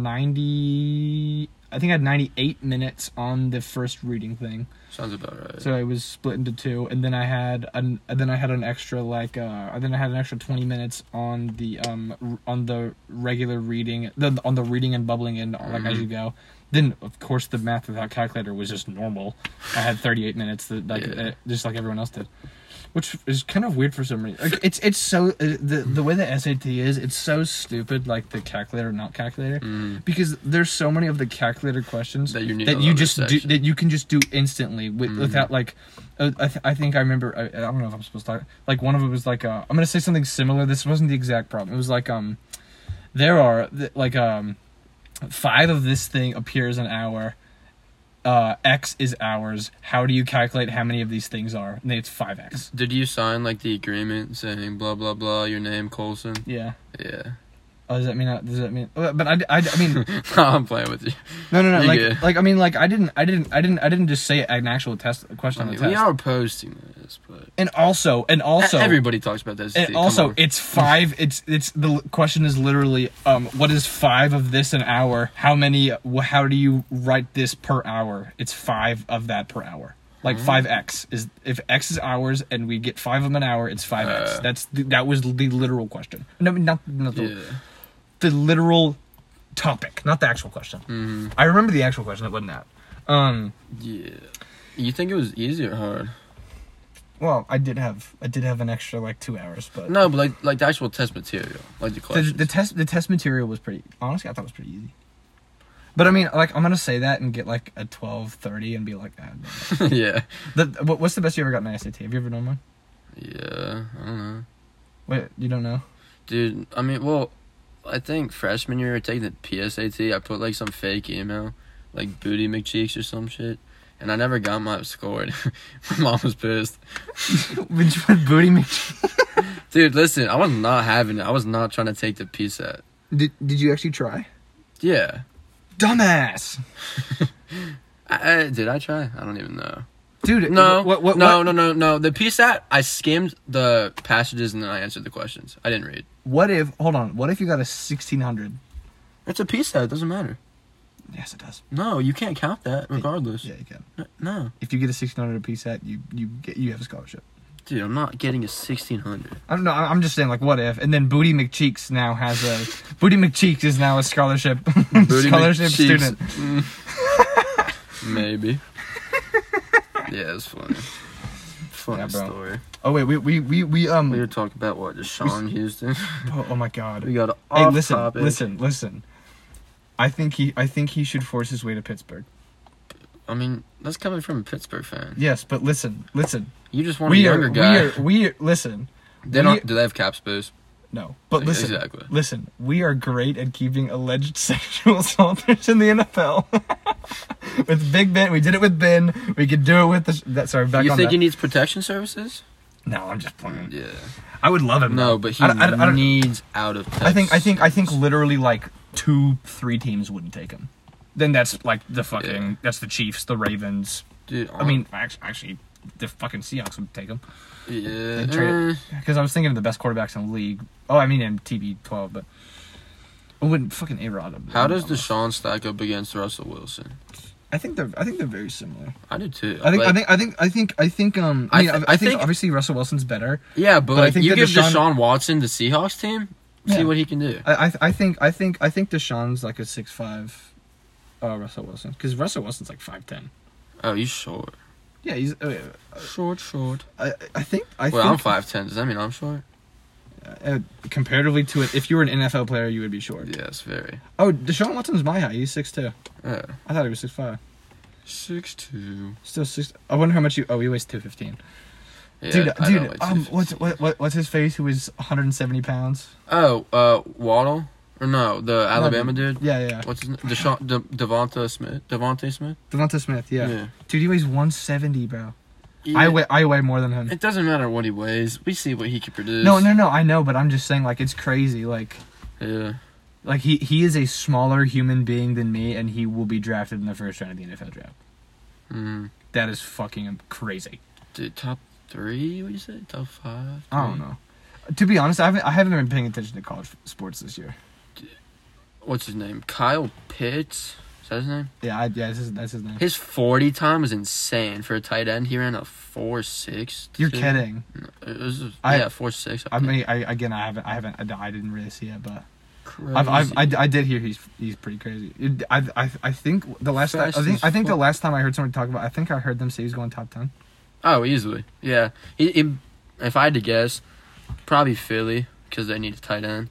Speaker 1: 90 I think I had 98 minutes on the first reading thing,
Speaker 2: Sounds about right.
Speaker 1: so it was split into two. And then I had an and then I had an extra like uh and then I had an extra 20 minutes on the um r- on the regular reading the on the reading and bubbling in like as
Speaker 2: Mhm.
Speaker 1: you go. Then of course the math without calculator was just normal. I had 38 minutes that like
Speaker 2: Yeah.
Speaker 1: uh, just like everyone else did which is kind of weird for some reason. Like, it's it's so uh, the the way the SAT is, it's so stupid. Like the calculator, not calculator,
Speaker 2: Mm.
Speaker 1: because there's so many of the calculator questions
Speaker 2: That you need
Speaker 1: that
Speaker 2: on
Speaker 1: you
Speaker 2: the
Speaker 1: just do,
Speaker 2: section.
Speaker 1: that you can just do instantly with,
Speaker 2: Mhm.
Speaker 1: without like. Uh, I, th- I think I remember. I, I don't know if I'm supposed to. Talk, like one of it was like uh, I'm gonna say something similar. This wasn't the exact problem. It was like um, there are th- like um, five of this thing appears an hour. Uh, X is hours. How do you calculate how many of these things are? And it's five X.
Speaker 2: Did you sign like the agreement saying blah blah blah your name Colson?
Speaker 1: Yeah.
Speaker 2: Yeah.
Speaker 1: Oh, does that mean? I- Does that mean? uh, But I, I, I
Speaker 2: (laughs)
Speaker 1: mean,
Speaker 2: I'm playing
Speaker 1: (laughs)
Speaker 2: with you.
Speaker 1: no, no, no. Like,
Speaker 2: Yeah.
Speaker 1: like I mean, like I didn't, I didn't, I didn't, I didn't just say an actual test question on the
Speaker 2: Like,
Speaker 1: test.
Speaker 2: we e-, are posting this, but e-
Speaker 1: and also, and also,
Speaker 2: everybody talks about this.
Speaker 1: and
Speaker 2: dude, come
Speaker 1: also,
Speaker 2: on.
Speaker 1: it's five. It's it's the l- question is literally, um, what is five of this an hour? How many? wh- How do you write this per hour? It's five of that per hour. Like
Speaker 2: Mm-hmm.
Speaker 1: five x is if x is hours and we get five of them an hour, it's five x.
Speaker 2: Uh.
Speaker 1: That's the, that was the literal question. No, not not the,
Speaker 2: yeah.
Speaker 1: the literal topic, not the actual question.
Speaker 2: Mhm.
Speaker 1: I remember the actual question. It wasn't that. Um.
Speaker 2: Yeah. You think it was easy or hard?
Speaker 1: Well, I did have I did have an extra like two hours, but
Speaker 2: No, but like like the actual test material, like the
Speaker 1: the,
Speaker 2: questions.
Speaker 1: the test the test material was pretty. Honestly, I thought it was pretty easy. But I mean, like I'm gonna say that and get like a twelve thirty and be like, ah, no.
Speaker 2: (laughs) yeah.
Speaker 1: the, what, what's the best you ever got in SAT? Have you ever done one?
Speaker 2: Yeah. I don't know,
Speaker 1: Wait, you don't know? (laughs)
Speaker 2: dude. I mean, well, I think freshman year I taking the PSAT. I put like some fake email, like booty McCheeks or some shit. And I never got my score. (laughs) and my mom was pissed.
Speaker 1: Did you put booty mix?
Speaker 2: Dude, listen, I was not having it. I was not trying to take the PSAT.
Speaker 1: Did Did you actually try?
Speaker 2: Yeah.
Speaker 1: Dumbass,
Speaker 2: I, I, did I try? I don't even know.
Speaker 1: dude.
Speaker 2: No,
Speaker 1: What? What?
Speaker 2: no,
Speaker 1: what,
Speaker 2: no, no, no. The PSAT, I skimmed the passages and then I answered the questions. I didn't read.
Speaker 1: What if? Hold on. What if you got a sixteen hundred?
Speaker 2: It's a PSAT. It doesn't matter.
Speaker 1: Yes, it does.
Speaker 2: No, you can't count that regardless.
Speaker 1: Yeah, you can.
Speaker 2: N- No,
Speaker 1: If you get a sixteen hundred piece set, you you get you have a scholarship.
Speaker 2: dude, I'm not getting a 1600.
Speaker 1: I don't know. I- I'm just saying, like, what if? And then Booty McCheeks now has a Booty McCheeks is now a scholarship (laughs) scholarship
Speaker 2: McCheeks.
Speaker 1: student.
Speaker 2: Mm. (laughs) Maybe. yeah, it's funny. Funny
Speaker 1: Yeah, bro.
Speaker 2: story.
Speaker 1: Oh wait, we we we we um.
Speaker 2: We were talking about what?
Speaker 1: (laughs)
Speaker 2: Deshaun Houston. (laughs)
Speaker 1: oh, oh my God.
Speaker 2: we got off
Speaker 1: Hey, listen,
Speaker 2: topic.
Speaker 1: listen, listen. I think he I think he should force his way to Pittsburgh.
Speaker 2: I mean, that's coming from a Pittsburgh fan.
Speaker 1: Yes, but listen, listen.
Speaker 2: You just want a
Speaker 1: We
Speaker 2: younger
Speaker 1: are, we
Speaker 2: guy.
Speaker 1: are we are listen.
Speaker 2: they
Speaker 1: we-
Speaker 2: don't. Do they have cap space?
Speaker 1: No, but listen,
Speaker 2: Exactly.
Speaker 1: listen. We are great at keeping alleged (laughs) sexual assaulters in the NFL. (laughs) with Big Ben, we did it with Ben. We could do it with the. That, sorry, back
Speaker 2: you
Speaker 1: on
Speaker 2: think
Speaker 1: that.
Speaker 2: he needs protection services?
Speaker 1: no, I'm just playing.
Speaker 2: Yeah.
Speaker 1: I would love him.
Speaker 2: No,
Speaker 1: though.
Speaker 2: but he
Speaker 1: I, don't- I, don't- I don't-
Speaker 2: needs out of. Texas.
Speaker 1: I think. I think. I think. Literally, like two, three teams wouldn't take him. Then that's like the fucking.
Speaker 2: Yeah.
Speaker 1: That's the Chiefs, the Ravens.
Speaker 2: Dude,
Speaker 1: I mean, act- actually, the fucking Seahawks would take him.
Speaker 2: yeah.
Speaker 1: They trade-
Speaker 2: eh.
Speaker 1: Because I was thinking of the best quarterbacks in the league. Oh, I mean in TB12, but I wouldn't fucking A Rod.
Speaker 2: How does Deshaun stack up against Russell Wilson?
Speaker 1: I think they're. I think they're very similar.
Speaker 2: I do too.
Speaker 1: I think. I
Speaker 2: Like,
Speaker 1: think. I think. I think. I think. Um. I
Speaker 2: I
Speaker 1: mean, I,
Speaker 2: th-
Speaker 1: I
Speaker 2: I
Speaker 1: think,
Speaker 2: think-
Speaker 1: obviously Russell Wilson's better.
Speaker 2: Yeah, but,
Speaker 1: but I
Speaker 2: like,
Speaker 1: think
Speaker 2: you
Speaker 1: that
Speaker 2: give
Speaker 1: Deshaun-
Speaker 2: Deshaun, Watson the Seahawks team.
Speaker 1: Yeah.
Speaker 2: See what he can do.
Speaker 1: I. I, I think. I think. I think Deshaun's like a six five. Uh, Russell Wilson, because Russell Wilson's like five ten.
Speaker 2: Oh, you short.
Speaker 1: Yeah, he's. Uh,
Speaker 2: Short, short.
Speaker 1: I. I think. I
Speaker 2: Well,
Speaker 1: think.
Speaker 2: I'm five ten. Does that mean I'm short?
Speaker 1: Uh, comparatively to it, if you were an NFL player, you would be short.
Speaker 2: Yes, very.
Speaker 1: Oh, Deshaun Watson's my height. He's six two.
Speaker 2: Yeah.
Speaker 1: I thought he was six five.
Speaker 2: Six two.
Speaker 1: Still six. I wonder how much you. Oh, he weighs two fifteen.
Speaker 2: Yeah,
Speaker 1: dude,
Speaker 2: I know
Speaker 1: dude,
Speaker 2: it's
Speaker 1: um,
Speaker 2: just-
Speaker 1: what's what, what what's his face? Who was 170 pounds?
Speaker 2: Oh, uh, Waddle or no, the Alabama dude.
Speaker 1: Yeah, yeah.
Speaker 2: What's his name? Deshaun, De- Devonta Smith. Devonta Smith.
Speaker 1: Devonta Smith. Yeah. dude, he weighs 170, bro. I
Speaker 2: Yeah.
Speaker 1: weigh I weigh more than him.
Speaker 2: It doesn't matter what he weighs. We see what he can produce.
Speaker 1: No, no, no. I know, but I'm just saying, like, it's crazy. Like,
Speaker 2: Yeah.
Speaker 1: like he he is a smaller human being than me, and he will be drafted in the first round of the NFL draft.
Speaker 2: Mm.
Speaker 1: That is fucking crazy.
Speaker 2: Dude, top three? What you say? Top five?
Speaker 1: I don't
Speaker 2: Three?
Speaker 1: know. To be honest, I haven't I haven't been paying attention to college sports this year.
Speaker 2: What's his name? Kyle Pitts. Is that his name?
Speaker 1: Yeah, I, yeah, that's his, that's his name.
Speaker 2: His forty time was insane for a tight end. He ran a four six.
Speaker 1: You're kidding.
Speaker 2: It was
Speaker 1: I-
Speaker 2: yeah four six.
Speaker 1: I mean, I again, I haven't, I haven't, I, I didn't really see it, but
Speaker 2: Crazy.
Speaker 1: I've, I've, I, I did hear he's he's pretty crazy. It- I, I, I think the last time,
Speaker 2: Fast
Speaker 1: I think
Speaker 2: as
Speaker 1: I think the
Speaker 2: fuck.
Speaker 1: last time I heard somebody talk about, I think I heard them say he's going top ten.
Speaker 2: Oh, easily. Yeah. He, he, if I had to guess, probably Philly because they need a tight end.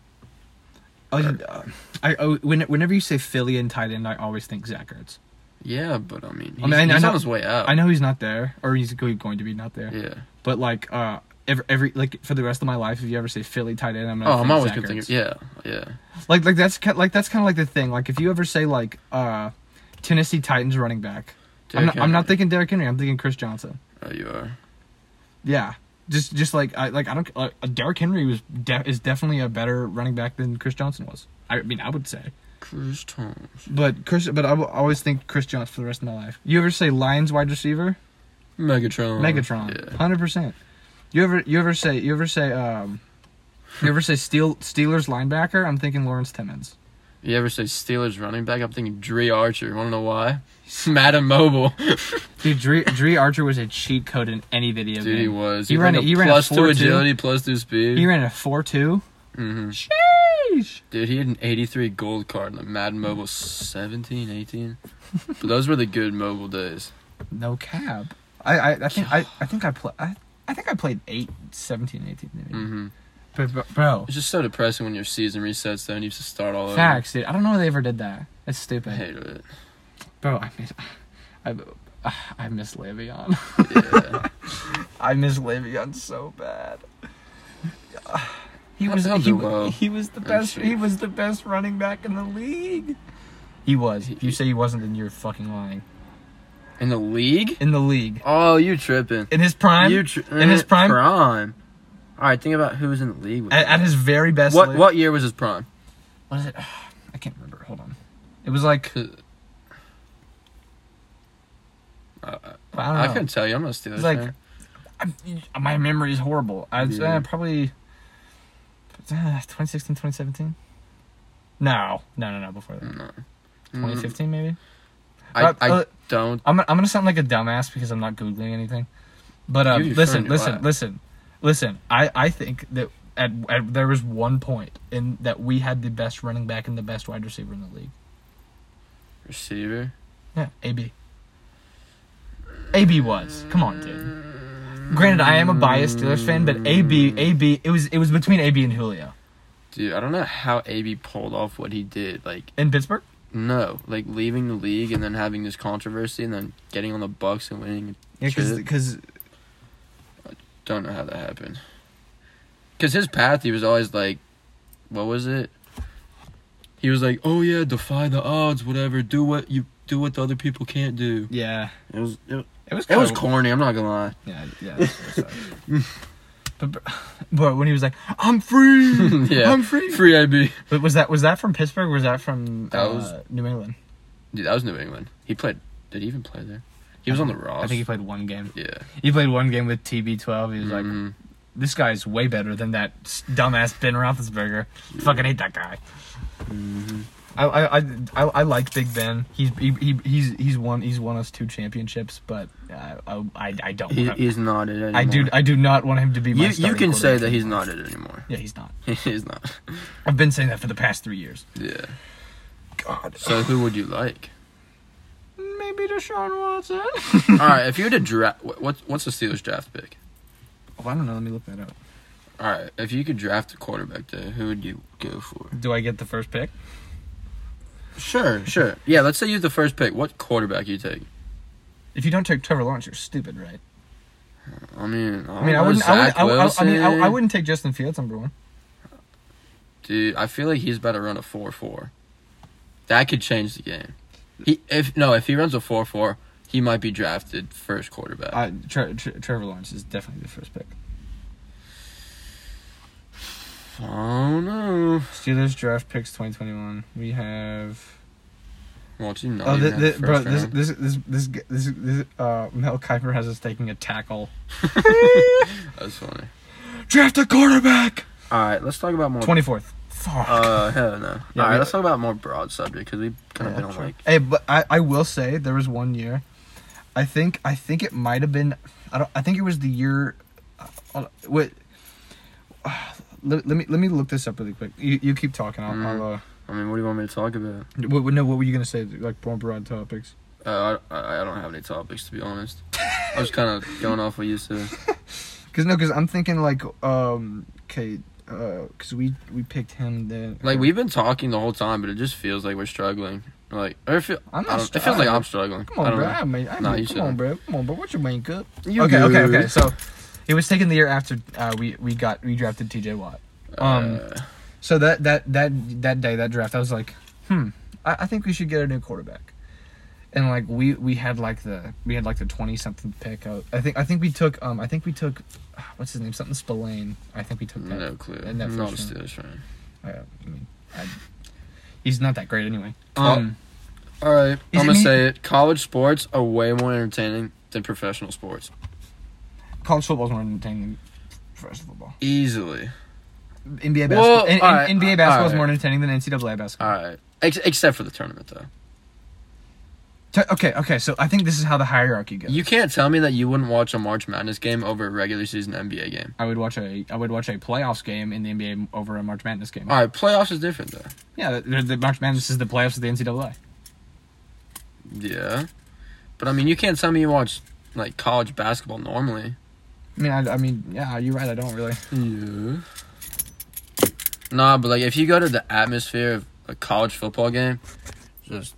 Speaker 1: Oh, yeah, uh, I, oh, when, whenever you say Philly and tight end, I always think Zach Ertz.
Speaker 2: Yeah, but I mean, he's,
Speaker 1: I mean, I
Speaker 2: he's
Speaker 1: know-
Speaker 2: on his way out.
Speaker 1: I know he's not there, or he's go- going to be not there.
Speaker 2: Oh. Yeah.
Speaker 1: But like, uh, every, every like for the rest of my life, if you ever say Philly tight end, I'm gonna.
Speaker 2: Oh,
Speaker 1: think
Speaker 2: I'm always
Speaker 1: Zach
Speaker 2: gonna think.
Speaker 1: Ertz.
Speaker 2: Yeah, yeah.
Speaker 1: Like, like that's ki- like that's kind of like the thing. Like, if you ever say like uh, Tennessee Titans running back, I'm
Speaker 2: Derrick
Speaker 1: not, I'm not
Speaker 2: Henry.
Speaker 1: thinking Derrick Henry. I'm thinking Chris Johnson.
Speaker 2: Oh, you are.
Speaker 1: Yeah, just just like I like I don't like, Derrick Henry was de- is definitely a better running back than Chris Johnson was. I mean, I would say.
Speaker 2: Chris Thomas.
Speaker 1: But Chris, but I will always think Chris Johnson for the rest of my life. You ever say Lions wide receiver?
Speaker 2: Megatron.
Speaker 1: Megatron,
Speaker 2: Uh, Yeah.
Speaker 1: hundred percent. You ever you ever say you ever say um, you ever say Steel Steelers linebacker? I'm thinking Lawrence Timmons.
Speaker 2: You ever say Steelers running back? I'm thinking Dre Archer. Want to know why? (laughs) Madam Mobile.
Speaker 1: Dude, Dre, Dre Archer was a cheat code in any video
Speaker 2: Dude, he
Speaker 1: game.
Speaker 2: was.
Speaker 1: He ran a- he ran a
Speaker 2: plus two
Speaker 1: 4-2.
Speaker 2: agility, plus two speed.
Speaker 1: He ran a four two.
Speaker 2: hmm
Speaker 1: Sheesh.
Speaker 2: Dude, he had an 83 gold card in the Madden
Speaker 1: Mm-hmm.
Speaker 2: Mobile 17, 18. but those were the good mobile days.
Speaker 1: No cab. I, I, I think I, I think I play I, I think I played 8, 17, 18 maybe.
Speaker 2: hmm
Speaker 1: But, but bro,
Speaker 2: It's just so depressing when your season resets though, and you have to start all
Speaker 1: facts, dude. I don't know why they ever did that. That's
Speaker 2: over.
Speaker 1: stupid.
Speaker 2: I hate it.
Speaker 1: Bro, I miss (sighs) I, (sighs) I miss Le'Veon. (laughs)
Speaker 2: Yeah.
Speaker 1: I miss Le'Veon so bad. He
Speaker 2: How
Speaker 1: was
Speaker 2: the
Speaker 1: (sighs)
Speaker 2: hell
Speaker 1: he,
Speaker 2: do well?
Speaker 1: he was the
Speaker 2: I'm
Speaker 1: best
Speaker 2: sure.
Speaker 1: he was the best running back in the league. He was. If you say he wasn't, then you're fucking lying.
Speaker 2: in the league?
Speaker 1: In the league.
Speaker 2: Oh, you tripping?
Speaker 1: In his prime
Speaker 2: you tri-
Speaker 1: in his prime?
Speaker 2: Prime. All right, think about who was in the league. With
Speaker 1: at,
Speaker 2: him.
Speaker 1: at his very best
Speaker 2: what
Speaker 1: li-
Speaker 2: what year was his prime?
Speaker 1: what is it? (sighs) I can't remember. Hold on. It was like
Speaker 2: I,
Speaker 1: I don't know.
Speaker 2: Uh, I couldn't tell you. I'm not a Steelers
Speaker 1: It's like-
Speaker 2: fan.
Speaker 1: I, my memory is horrible. I'd say
Speaker 2: Yeah.
Speaker 1: probably uh, 2016, 2017. No, no, no, no, before that.
Speaker 2: No. Mm-hmm.
Speaker 1: 2015, maybe.
Speaker 2: I,
Speaker 1: Uh,
Speaker 2: I
Speaker 1: uh,
Speaker 2: don't.
Speaker 1: I'm, I'm gonna sound like a dumbass because I'm not googling anything. But
Speaker 2: Dude,
Speaker 1: um,
Speaker 2: you're
Speaker 1: listen,
Speaker 2: showing your
Speaker 1: listen,
Speaker 2: eye.
Speaker 1: listen, listen. I, I think that at, at there was one point in that we had the best running back and the best wide receiver in the league.
Speaker 2: Receiver.
Speaker 1: Yeah, AB. AB was. Come on, dude. Granted, I am a biased Steelers fan, but AB, AB, it was it was between AB and Julio
Speaker 2: Dude, I don't know how AB pulled off what he did. Like,
Speaker 1: in Pittsburgh.
Speaker 2: no, like leaving the league and then having this controversy and then getting on the Bucks and winning.
Speaker 1: Yeah,
Speaker 2: Shit.
Speaker 1: because
Speaker 2: Don't know how that happened. Cause his path, he was always like, what was it? He was like, oh yeah, defy the odds, whatever. Do what you do what the other people can't do.
Speaker 1: yeah,
Speaker 2: It was it,
Speaker 1: it was
Speaker 2: it was
Speaker 1: kinda-
Speaker 2: corny. I'm not gonna lie.
Speaker 1: Yeah, yeah. it sucked. but bro- bro, when he was like, "I'm free,
Speaker 2: (laughs) (laughs) yeah,
Speaker 1: I'm free."
Speaker 2: Free AB.
Speaker 1: But was that was that from Pittsburgh? or Was that from
Speaker 2: That
Speaker 1: uh,
Speaker 2: was-
Speaker 1: New England?
Speaker 2: Dude, that was New England. He played. Did he even play there? He was on the Raws.
Speaker 1: I think he played one game.
Speaker 2: Yeah.
Speaker 1: He played one game with TB12. He was like,
Speaker 2: Mhm.
Speaker 1: "This guy's way better than that s- dumbass Ben Roethlisberger." Fucking hate that guy.
Speaker 2: Mm-hmm.
Speaker 1: I, I, I, I I like Big Ben. He's he, he he's he's won he's won us two championships, but I I, I I don't.
Speaker 2: He,
Speaker 1: want him-
Speaker 2: he's not it anymore.
Speaker 1: I do I do not want him to be. My
Speaker 2: You you
Speaker 1: starting
Speaker 2: can say
Speaker 1: quarterback.
Speaker 2: that he's not it anymore.
Speaker 1: Yeah, he's not.
Speaker 2: (laughs) he's not.
Speaker 1: I've been saying that for the past three years.
Speaker 2: Yeah.
Speaker 1: God.
Speaker 2: So who would you like?
Speaker 1: Maybe Deshaun Watson.
Speaker 2: (laughs) All right, if you had to draft, what's what's the Steelers draft pick?
Speaker 1: Oh, I don't know. Let me look that up.
Speaker 2: All right, if you could draft a quarterback, though, who would you go for?
Speaker 1: Do I get the first pick?
Speaker 2: Sure, sure. Yeah, let's say you're the first pick. What quarterback you take?
Speaker 1: If you don't take Trevor Lawrence, you're stupid, right?
Speaker 2: I mean, I,
Speaker 1: I mean, I wouldn't. I, wouldn't I, would- I, I mean, I, I wouldn't take Justin Fields number one.
Speaker 2: Dude, I feel like he's about to run a four-four. That could change the game. He if no, if he runs a four-four, he might be drafted first quarterback.
Speaker 1: I, Tre- Tre- Trevor Lawrence is definitely the first pick.
Speaker 2: oh no!
Speaker 1: Steelers draft picks 2021. We have.
Speaker 2: Well, it's not
Speaker 1: Oh,
Speaker 2: even
Speaker 1: thi-
Speaker 2: have
Speaker 1: thi-
Speaker 2: first
Speaker 1: bro, this,
Speaker 2: round.
Speaker 1: this this this g- this this uh, Mel Kiper has us taking a
Speaker 2: (laughs)
Speaker 1: tackle.
Speaker 2: That's funny.
Speaker 1: Draft a quarterback.
Speaker 2: All right, let's talk about more.
Speaker 1: Twenty fourth. Fuck.
Speaker 2: (laughs) Uh, hell
Speaker 1: (laughs)
Speaker 2: no.
Speaker 1: Yeah,
Speaker 2: All right,
Speaker 1: we-
Speaker 2: let's talk about more broad subject because we kind of
Speaker 1: Yeah,
Speaker 2: been on
Speaker 1: sure.
Speaker 2: like
Speaker 1: Hey, but I, I will say there was one year. I think I think it might have been I don't I think it was the year. Uh, wait, (sighs) let, let me let me look this up really quick. You you keep talking. I'll,
Speaker 2: Mhm.
Speaker 1: I'll uh,
Speaker 2: I mean, what do you want me to talk about?
Speaker 1: what, what- no, what were you gonna say? Like more broad topics.
Speaker 2: Uh, I- I, I don't have any topics to be honest. I was
Speaker 1: (laughs)
Speaker 2: kind of going off what you said.
Speaker 1: Cause no, cause I'm thinking like um okay, uh, cause we we picked him then. uh,
Speaker 2: Like we've been talking the whole time, but it just feels like we're struggling. Like, or it, feel,
Speaker 1: I'm
Speaker 2: I
Speaker 1: not.
Speaker 2: don't- it feels like
Speaker 1: struggling.
Speaker 2: I'm struggling.
Speaker 1: Come
Speaker 2: I
Speaker 1: on,
Speaker 2: don't
Speaker 1: bro.
Speaker 2: know.
Speaker 1: I mean, I
Speaker 2: Nah,
Speaker 1: mean,
Speaker 2: you
Speaker 1: come on,
Speaker 2: shouldn't.
Speaker 1: bro. Come on, bro. What's your main cup?
Speaker 2: You
Speaker 1: okay, okay,
Speaker 2: good.
Speaker 1: okay. So, it was taken the year after uh, we we got we drafted T.J. Watt. Um,
Speaker 2: Uh,
Speaker 1: So that that that that day that draft, I was like, hmm, I, I think we should get a new quarterback. And like we we had like the we had like the twenty something pick. I, I think I think we took um I think we took (sighs) what's his name something Spillane. I think we took that.
Speaker 2: no clue.
Speaker 1: and that
Speaker 2: Not a
Speaker 1: first
Speaker 2: Steelers fan.
Speaker 1: I, I mean, I, he's not that great anyway.
Speaker 2: Well,
Speaker 1: Um,
Speaker 2: All right,
Speaker 1: Is
Speaker 2: I'm
Speaker 1: it
Speaker 2: gonna
Speaker 1: me?
Speaker 2: say it. College sports are way more entertaining than professional sports.
Speaker 1: college football's more entertaining than professional football.
Speaker 2: Easily.
Speaker 1: NBA
Speaker 2: Well,
Speaker 1: basketball. N- N-
Speaker 2: alright,
Speaker 1: NBA basketball is
Speaker 2: alright.
Speaker 1: more entertaining than NCAA basketball.
Speaker 2: All right. Ex- except for the tournament, though.
Speaker 1: T- okay, okay. So I think this is how the hierarchy goes.
Speaker 2: You can't tell me that you wouldn't watch a March Madness game over a regular season NBA game.
Speaker 1: I would watch a I would watch a playoffs game in the NBA over a March Madness game.
Speaker 2: All right, playoffs is different though.
Speaker 1: Yeah, the, the March Madness is the playoffs of the NCAA.
Speaker 2: Yeah, but I mean, you can't tell me you watch like college basketball normally.
Speaker 1: I mean, I, I mean, yeah, you're right. I don't really.
Speaker 2: Yeah. Nah, but like if you go to the atmosphere of a college football game, just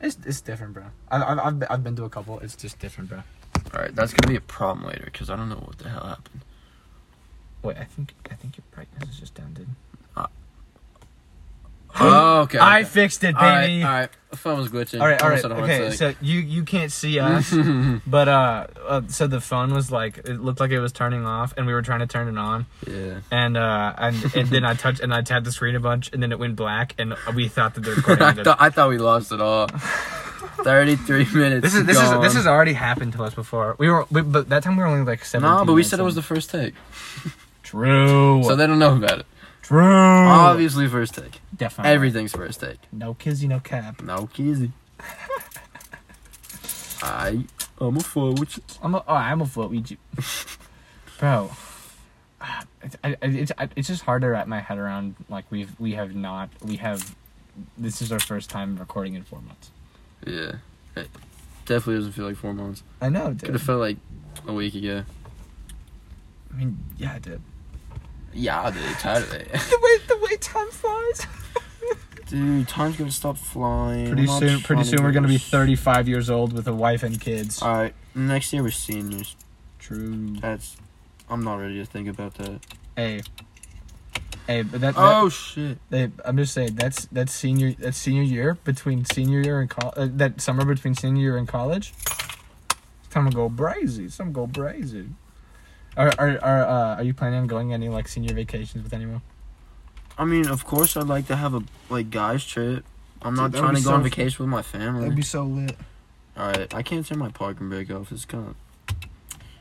Speaker 1: It's it's different, bro. I, I, I've been- I've been to a couple. It's just different, bro.
Speaker 2: all right, that's gonna be a problem later because I don't know what the hell
Speaker 1: (gasps)
Speaker 2: happened.
Speaker 1: Wait, I think I think your brightness is just down, dude.
Speaker 2: Oh, okay.
Speaker 1: I
Speaker 2: okay.
Speaker 1: fixed it,
Speaker 2: all right,
Speaker 1: baby.
Speaker 2: all right. The phone was glitching.
Speaker 1: All right, all
Speaker 2: Almost
Speaker 1: right.
Speaker 2: had a heart
Speaker 1: Okay,
Speaker 2: attack.
Speaker 1: so you you can't (laughs) see us, but uh, uh, so the phone was like it looked like it was turning off, and we were trying to turn it on,
Speaker 2: yeah.
Speaker 1: and uh, and, and then I touched and I tapped the screen a bunch, and then it went black, and we thought that the recording (laughs)
Speaker 2: (laughs) I,
Speaker 1: ended.
Speaker 2: thought I thought we lost it all. (laughs) Thirty-three minutes.
Speaker 1: This is this
Speaker 2: gone.
Speaker 1: is this has already happened to us before. We were we, but that time we were only like seven.
Speaker 2: No, but we said it was the first take,
Speaker 1: true.
Speaker 2: so they don't know about it.
Speaker 1: true.
Speaker 2: Obviously, first take.
Speaker 1: Definitely.
Speaker 2: Everything's first take.
Speaker 1: No kizzy, no cap.
Speaker 2: No
Speaker 1: (laughs)
Speaker 2: kizzy. I I'm a fool with you.
Speaker 1: I'm a, oh, I'm a foot (laughs) with you, bro. ah, It's, I, I- it's I- it's just hard to wrap my head around. Like we've we have not we have. This is our first time recording in four months.
Speaker 2: Yeah. It definitely doesn't feel like four months.
Speaker 1: I know,
Speaker 2: Could
Speaker 1: dude.
Speaker 2: have felt like a week ago.
Speaker 1: I mean, yeah, I did.
Speaker 2: Yeah, dude, totally.
Speaker 1: (laughs) The way the way time flies.
Speaker 2: (laughs) dude, time's gonna stop flying.
Speaker 1: Pretty soon, pretty soon we're gonna be 35 years old with a wife and kids.
Speaker 2: Alright, next year we're seniors.
Speaker 1: True.
Speaker 2: That's I'm not ready to think about that.
Speaker 1: Hey. Hey, but that, that
Speaker 2: Oh shit.
Speaker 1: They, I'm just saying that's that's senior that's senior year between senior year and college uh, that summer between senior year and college. It's time to go brazy. Some go brazy. Are are are uh, are you planning on going any like senior vacations with anyone?
Speaker 2: I mean, of course I'd like to have a like guys trip. I'm not
Speaker 1: Dude, that would
Speaker 2: trying
Speaker 1: be
Speaker 2: to go
Speaker 1: so
Speaker 2: on
Speaker 1: fun.
Speaker 2: vacation with my family.
Speaker 1: so lit.
Speaker 2: Alright, I can't turn my parking brake off. It's kind of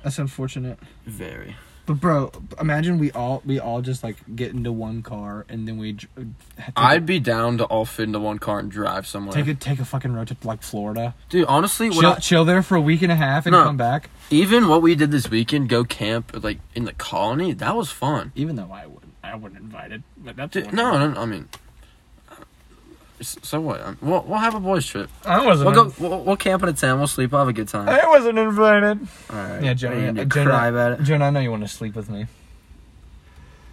Speaker 1: That's unfortunate.
Speaker 2: very.
Speaker 1: But bro, imagine we all we all just like get into one car and then we dr- take a-
Speaker 2: I'd be down to all fit into one car and drive somewhere.
Speaker 1: take a take a fucking road trip to like Florida.
Speaker 2: Dude, honestly, when
Speaker 1: Chill,
Speaker 2: I-
Speaker 1: chill there for a week and a half and
Speaker 2: No.
Speaker 1: come back.
Speaker 2: even what we did this weekend, go camp like in the colony, that was fun.
Speaker 1: Even though I wouldn't I wouldn't invite it, but that's
Speaker 2: Dude,
Speaker 1: one-
Speaker 2: no, no, no, I mean, s- so what? Um, We'll, we'll have a boys trip.
Speaker 1: I wasn't.
Speaker 2: We'll go. We'll, we'll camp in a tent. We'll sleep. We'll have a good time.
Speaker 1: I wasn't invited.
Speaker 2: All right.
Speaker 1: Yeah, Jonah,
Speaker 2: Are you gonna
Speaker 1: uh, Jonah-
Speaker 2: cry about it.
Speaker 1: Joan, I know you want to sleep with me.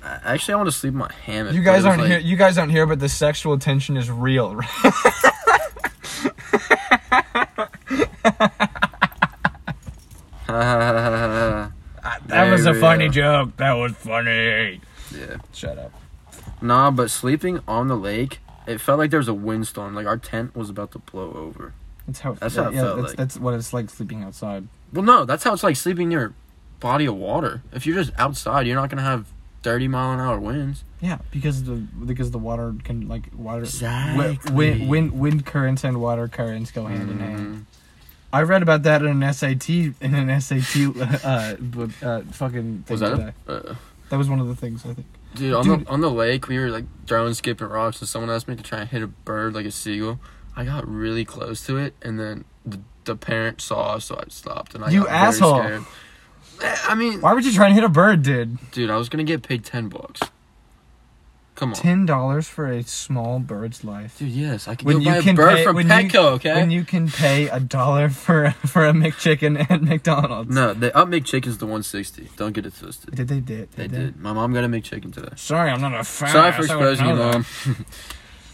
Speaker 2: Uh, Actually, I want to sleep in my hammock.
Speaker 1: You
Speaker 2: but
Speaker 1: guys
Speaker 2: it was
Speaker 1: aren't
Speaker 2: like-
Speaker 1: here. You guys aren't here, but the sexual tension is real. (laughs) right?
Speaker 2: (laughs)
Speaker 1: (laughs)
Speaker 2: Ha, ha, ha, ha, ha, ha.
Speaker 1: Ah,
Speaker 2: yeah.
Speaker 1: joke. That was funny.
Speaker 2: Yeah.
Speaker 1: Shut up.
Speaker 2: Nah, but sleeping on the lake, it felt like there was a windstorm. Like our tent was about to blow over.
Speaker 1: That's how. It,
Speaker 2: That's how it
Speaker 1: yeah,
Speaker 2: felt
Speaker 1: that's,
Speaker 2: like.
Speaker 1: that's what it's like sleeping outside.
Speaker 2: Well, no, that's how it's like sleeping near a body of water. If you're just outside, you're not gonna have thirty mile an hour winds.
Speaker 1: Yeah, because the because the water can like water
Speaker 2: Exactly. Mm-hmm.
Speaker 1: wind, wind wind currents and water currents go hand in hand. I read about that in an SAT in an SAT (laughs) uh, book, uh fucking thing
Speaker 2: Was that
Speaker 1: today.
Speaker 2: a, uh,
Speaker 1: That was one of the things I think.
Speaker 2: dude on
Speaker 1: Dude.
Speaker 2: the on the lake? We were like throwing skipping rocks, and someone asked me to try and hit a bird like a seagull. I got really close to it, and then the, the parent saw, so I stopped. And I
Speaker 1: You
Speaker 2: got very
Speaker 1: asshole.
Speaker 2: scared. Eh, I mean,
Speaker 1: Why would you try and hit a bird, dude?
Speaker 2: dude, I was gonna get paid ten bucks. Come on.
Speaker 1: Ten dollars for a small bird's life.
Speaker 2: Dude, yes, I could
Speaker 1: When
Speaker 2: go
Speaker 1: you
Speaker 2: buy
Speaker 1: can
Speaker 2: a bird
Speaker 1: pay-
Speaker 2: from
Speaker 1: when you-
Speaker 2: Petco. okay.
Speaker 1: When you can pay a dollar for for a McChicken at McDonald's.
Speaker 2: no, they up make chickens to one sixty. Don't get it twisted.
Speaker 1: Did they did?
Speaker 2: They did. My mom got a McChicken today.
Speaker 1: Sorry, I'm not a fan.
Speaker 2: Sorry for exposing you, mom. (laughs)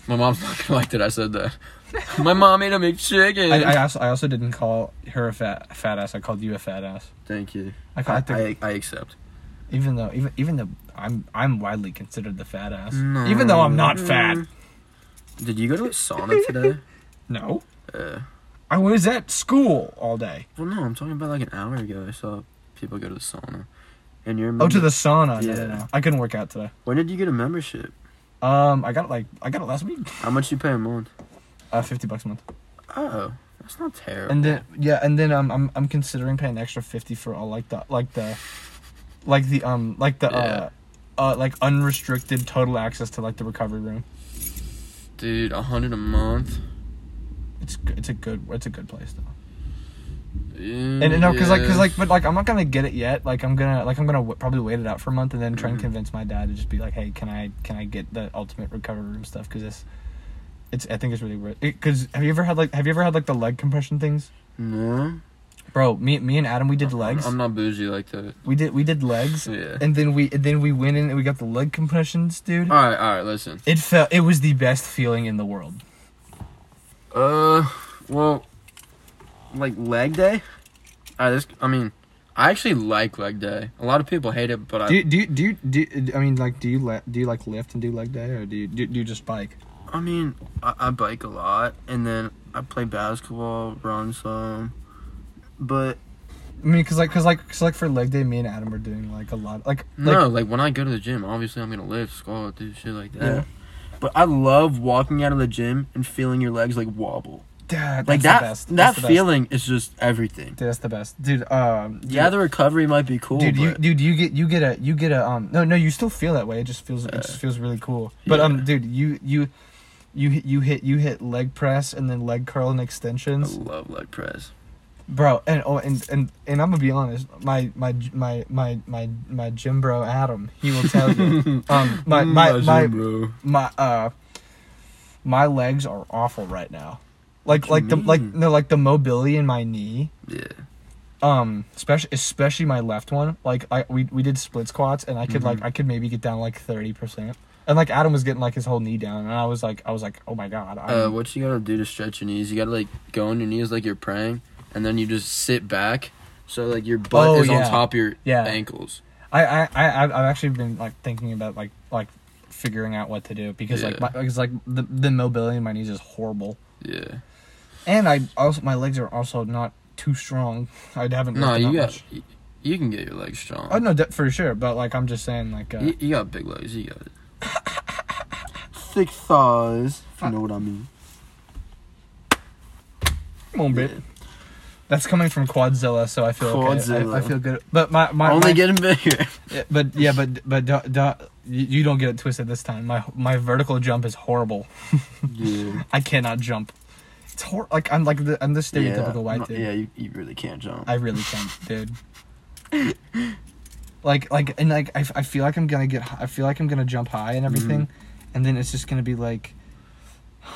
Speaker 2: My mom's not gonna like that I said that. (laughs) My mom ate a McChicken.
Speaker 1: I, I also I also didn't call her a fat fat ass. I called you a fat ass.
Speaker 2: Thank you.
Speaker 1: I
Speaker 2: I,
Speaker 1: called the-
Speaker 2: I, I accept.
Speaker 1: even though even even though I'm I'm widely considered the fat ass. Even though I'm not
Speaker 2: Mm.
Speaker 1: fat.
Speaker 2: Did you go to a sauna today? (laughs)
Speaker 1: No,
Speaker 2: uh,
Speaker 1: I was at school all day.
Speaker 2: well, no, I'm talking about like an hour ago. I saw people go to the sauna. And you're a
Speaker 1: Oh, to
Speaker 2: member-
Speaker 1: the sauna. No,
Speaker 2: Yeah.
Speaker 1: no, no. I couldn't work out today.
Speaker 2: When did you get a membership?
Speaker 1: Um, I got it like I got it last week.
Speaker 2: How much you pay a month?
Speaker 1: Uh, fifty bucks a month.
Speaker 2: Oh, that's not terrible.
Speaker 1: And then yeah, and then um, I'm I'm considering paying an extra fifty for all like the like the, like the um like the uh, uh like unrestricted total access to like the recovery room.
Speaker 2: Dude, a hundred a month.
Speaker 1: It's g- it's a good it's a good place though.
Speaker 2: And
Speaker 1: And, and no, cause like, cause like, but like, I'm not gonna get it yet. Like, I'm gonna, like, I'm gonna w- probably wait it out for a month and then try and
Speaker 2: Mhm.
Speaker 1: convince my dad to just be like, hey, can I, can I get the ultimate recovery room stuff? Cause this, it's, I think it's really worth. It, Cause have you ever had like, have you ever had like the leg compression things,
Speaker 2: no,
Speaker 1: bro? Me, me and Adam, we did legs.
Speaker 2: I'm not bougie like that.
Speaker 1: we did, we did legs,
Speaker 2: Yeah.
Speaker 1: and then we, and then we went in and we got the leg compressions, dude.
Speaker 2: All right, all right. Listen.
Speaker 1: It felt, it was the best feeling in the world.
Speaker 2: Uh, well, like leg day. I just, I mean, I actually like leg day. A lot of people hate it, but I,
Speaker 1: Do you, do you, do you, do you- I mean, like, do you, le- do you like lift and do leg day, or do you, do, do you just bike?
Speaker 2: I mean, I, I bike a lot, and then I play basketball, run some. But
Speaker 1: I mean, cause like, cause like, cause like for leg day, me and Adam are doing like a lot, like, like
Speaker 2: no, like when I go to the gym, obviously I'm gonna lift, squat, do shit like that.
Speaker 1: Yeah.
Speaker 2: But I love walking out of the gym and feeling your legs like wobble.
Speaker 1: Dad,
Speaker 2: Like
Speaker 1: that's
Speaker 2: that,
Speaker 1: the best.
Speaker 2: that
Speaker 1: That's the best.
Speaker 2: feeling is just everything.
Speaker 1: Dude, that's the best, dude. Um, dude,
Speaker 2: Yeah, the recovery might be cool,
Speaker 1: dude, you,
Speaker 2: but
Speaker 1: dude, you get, you get a, you get a, um, no, no, you still feel that way. It just feels, it just feels really cool. But um,
Speaker 2: Uh, yeah.
Speaker 1: dude, you, you, you, hit- you hit, you hit leg press and then leg curl and
Speaker 2: I
Speaker 1: extensions,
Speaker 2: love leg press.
Speaker 1: bro. And oh, and and and I'm gonna be honest, my my my my my my gym bro Adam, he will tell
Speaker 2: (laughs)
Speaker 1: you, um, my my my
Speaker 2: bro.
Speaker 1: my uh my legs are awful right now. Like
Speaker 2: What
Speaker 1: like
Speaker 2: you
Speaker 1: the like
Speaker 2: mean?
Speaker 1: no like the mobility in my knee.
Speaker 2: Yeah.
Speaker 1: Um especially especially my left one. Like I we we did split squats and I could
Speaker 2: Mm-hmm.
Speaker 1: like I could maybe get down like 30%. And like Adam was getting like his whole knee down and I was like I was like oh my god. I'm,
Speaker 2: Uh, what you gotta do to stretch your knees? You gotta like go on your knees like you're praying, and then you just sit back, so like your butt
Speaker 1: Oh,
Speaker 2: is on
Speaker 1: yeah.
Speaker 2: top of your
Speaker 1: Yeah.
Speaker 2: ankles.
Speaker 1: I I I I've I've actually been like thinking about like like figuring out what to do because like
Speaker 2: Yeah.
Speaker 1: my, because like the the mobility in my knees is horrible.
Speaker 2: Yeah.
Speaker 1: And I also my legs are also not too strong. I haven't
Speaker 2: No,
Speaker 1: lifted
Speaker 2: you
Speaker 1: that
Speaker 2: got.
Speaker 1: much.
Speaker 2: y- You can get your legs strong.
Speaker 1: Oh no, de- for sure. But like, I'm just saying, like, uh,
Speaker 2: You, you got big legs.
Speaker 1: (laughs)
Speaker 2: You got it. Thick thighs. If you know what I mean.
Speaker 1: come on, bit. That's coming from Quadzilla, so I feel okay.
Speaker 2: Quadzilla.
Speaker 1: I, I feel good. But my my,
Speaker 2: Only
Speaker 1: my
Speaker 2: getting
Speaker 1: (laughs)
Speaker 2: bigger.
Speaker 1: yeah, but yeah, but but do, do, you you don't get it twisted this time. My my vertical jump is horrible.
Speaker 2: yeah.
Speaker 1: I cannot jump. It's hor- like I'm like the, I'm the stereotypical white
Speaker 2: no-
Speaker 1: dude.
Speaker 2: Yeah, you, you really can't jump.
Speaker 1: I really can't, dude. like like and like I, f- I feel like I'm gonna get hi- I feel like I'm gonna jump high and everything,
Speaker 2: Mm-hmm.
Speaker 1: and then it's just gonna be like. (sighs)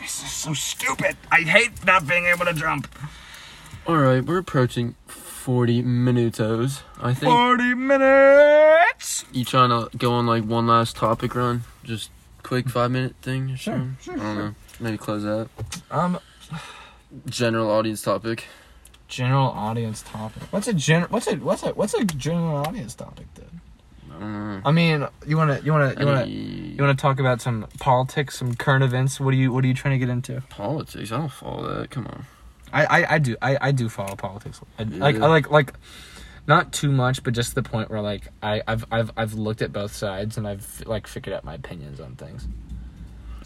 Speaker 1: This is so stupid. I hate not being able to jump.
Speaker 2: All right, we're approaching forty minutos. I think.
Speaker 1: 40 minutes.
Speaker 2: You trying to go on like one last topic run? Just quick five minute thing? or
Speaker 1: Sure,
Speaker 2: something?
Speaker 1: sure,
Speaker 2: I don't
Speaker 1: sure.
Speaker 2: know. Maybe close that.
Speaker 1: Um,
Speaker 2: General audience topic.
Speaker 1: general audience topic? What's a gen? What's a what's a what's a general audience topic, dude?
Speaker 2: I don't know.
Speaker 1: I mean, you wanna you wanna you wanna
Speaker 2: Any
Speaker 1: you wanna talk about some politics, some current events? What are you what are you trying to get into?
Speaker 2: politics? I don't follow that. Come on.
Speaker 1: I I, I do I, I do follow politics. I, Like
Speaker 2: Yeah.
Speaker 1: I like like not too much, but just to the point where like I I've I've I've looked at both sides and I've like figured out my opinions on things.